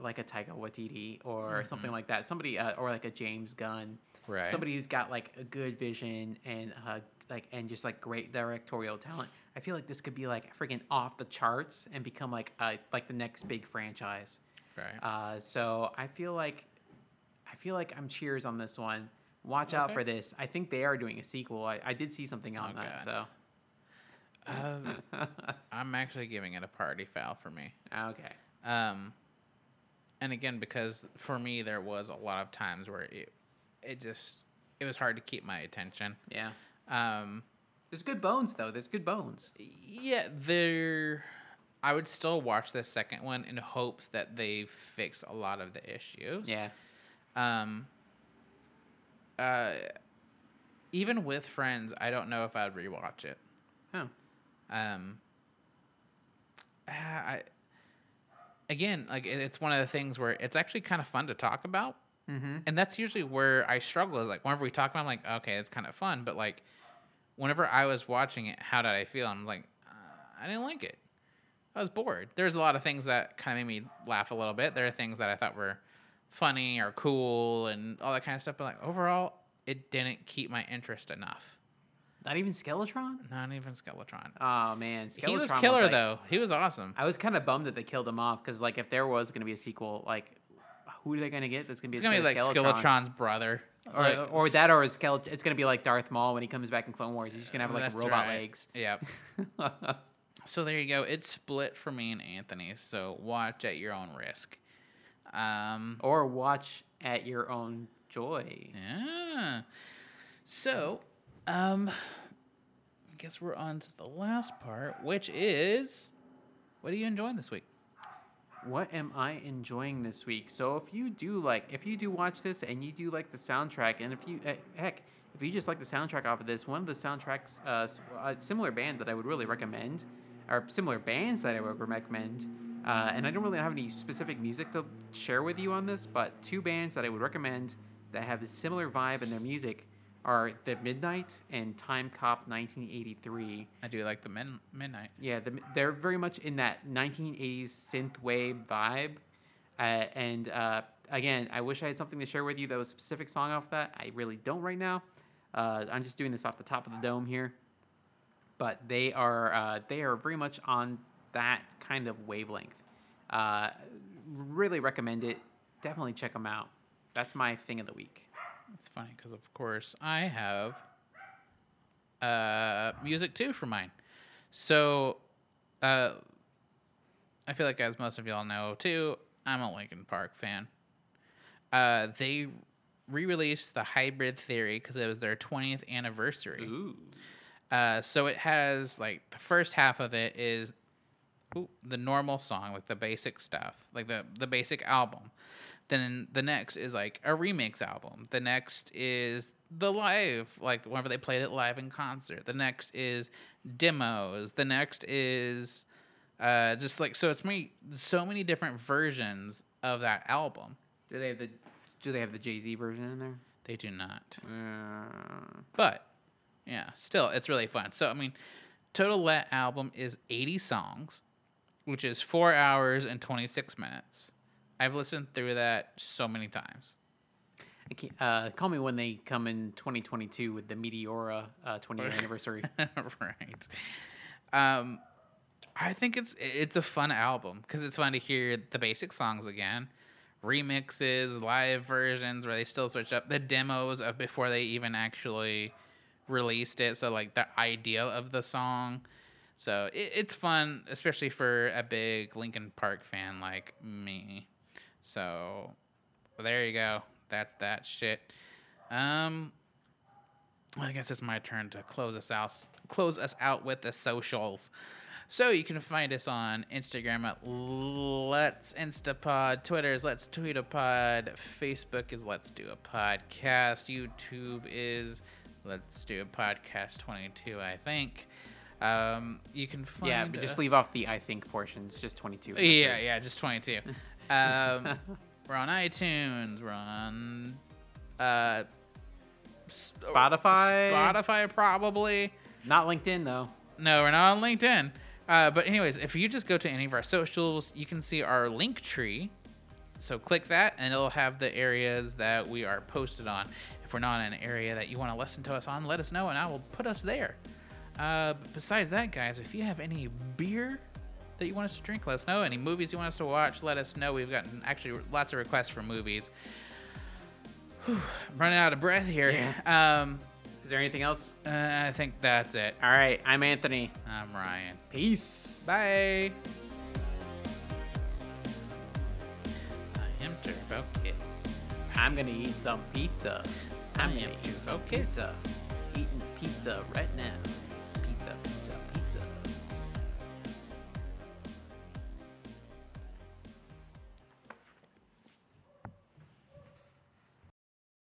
A: like a Taika Waititi or something like that, somebody uh, or like a James Gunn,
B: Right.
A: Somebody who's got like a good vision and uh, like and just like great directorial talent. I feel like this could be like freaking off the charts and become like uh, like the next big franchise.
B: Right.
A: Uh, so I feel like I feel like I'm cheers on this one. Watch out
B: Okay.
A: for this. I think they are doing a sequel. I, I did see something on
B: Oh,
A: that.
B: God. Um, I'm actually giving it a party foul for me.
A: So okay,
B: Um, and again, because for me there was a lot of times where it, it just it was hard to keep my attention.
A: yeah.
B: Um,
A: There's good bones though. There's good bones.
B: yeah, there. I would still watch the second one in hopes that they fix a lot of the issues.
A: Yeah.
B: Um. Uh, even with friends, I don't know if I'd rewatch it.
A: Oh.
B: um ah, I, again like it- it's one of the things where it's actually kind of fun to talk about
A: Mm-hmm.
B: and that's usually where i struggle is like whenever we talk about it, i'm like okay it's kind of fun but like whenever i was watching it how did i feel i'm like uh, i didn't like it i was bored there's a lot of things that kind of made me laugh a little bit there are things that i thought were funny or cool and all that kind of stuff but like overall it didn't keep my interest enough
A: Not even Skeletron.
B: not even skeletron
A: Oh man, Skeletron
B: he was killer
A: like-
B: though he was awesome
A: I was kind of bummed that they killed him off because like if there was gonna be a sequel, like who are they gonna get? That's gonna be
B: It's
A: as
B: gonna be
A: good
B: like
A: as
B: Skeletron's brother,
A: Or,
B: Like,
A: or that, or his skeleton. It's gonna be like Darth Maul when he comes back in Clone Wars. He's just gonna have like
B: That's
A: robot
B: right.
A: legs.
B: Yeah. so there you go. It's split for me and Anthony. So watch at your own risk. Um.
A: or watch at your own joy.
B: Yeah. So, um, I guess we're on to the last part, which is, what are you enjoying this week?
A: What am I enjoying this week? So if you do like, if you do watch this and you do like the soundtrack, and if you eh, heck, if you just like the soundtrack off of this, one of the soundtracks, uh, s- a similar band that I would really recommend, or similar bands that I would recommend. Uh, and I don't really have any specific music to share with you on this, but two bands that I would recommend that have a similar vibe in their music are The Midnight and Time Cop 1983.
B: I do like the min- midnight.
A: Yeah, the, they're very much in that 1980s synthwave vibe. Uh, and uh, again, I wish I had something to share with you that was a specific song off that. I really don't right now. Uh, I'm just doing this off the top of the dome here. But they are uh, they are very much on that kind of wavelength. Uh, really recommend it. Definitely check them out. That's my thing of the week.
B: It's funny because, of course, I have uh, music too for mine. So, uh, I feel like, as most of y'all know too, I'm a Linkin Park fan. Uh, they re released the Hybrid Theory because it was their 20th anniversary.
A: Ooh.
B: Uh, so it has like the first half of it is ooh, the normal song, like the basic stuff, like the the basic album. Then the next is like a remix album. The next is the live, like whenever they played it live in concert. The next is demos. The next is uh, just like so. It's many so many different versions of that album.
A: Do they have the Do they have the Jay Z version in there?
B: They do not.
A: Uh,
B: But yeah, still, it's really fun. So I mean, total let album is 80 songs, which is four hours and 26 minutes. I've listened through that so many times.
A: I can't- Uh, call me when they come in 2022 with the Meteora uh, 20th anniversary.
B: right. Um, I think it's it's a fun album because it's fun to hear the basic songs again, remixes, live versions where they still switch up the demos of before they even actually released it. So like the idea of the song. So it, it's fun, especially for a big Linkin Park fan like me. So there you go. That's that shit. Um, well, I guess it's my turn to close us out. Close us out with the socials. So you can find us on Instagram at Let's Instapod, Twitter is Let's Tweet a Pod, Facebook is Let's Do a Podcast, YouTube is Let's Do a Podcast 22, I think. Um, you can find
A: yeah, but just
B: us-
A: leave off the I think portion. It's just 22. and that's
B: yeah,
A: it.
B: yeah, just 22. Um, we're on iTunes. We're on uh, s-
A: Spotify?
B: Spotify, probably.
A: Not LinkedIn though.
B: No, we're not on LinkedIn. Uh, but anyways, if you just go to any of our socials, you can see our link tree. So click that, and it'll have the areas that we are posted on. If we're not in an area that you want to listen to us on, let us know, and I will put us there. Uh, but besides that, guys, if you have any beer that you want us to drink, let us know. Any movies you want us to watch, let us know. We've gotten actually lots of requests for movies. Whew, I'm running out of breath here. Um,
A: Is there anything else?
B: uh, I think that's it.
A: All right. I'm Anthony.
B: I'm Ryan.
A: Peace.
B: Bye. I am Turbo Kid.
A: I'm gonna eat some pizza. I'm
B: I
A: gonna
B: am
A: eat some
B: okay.
A: pizza. Eating pizza right now. Pizza.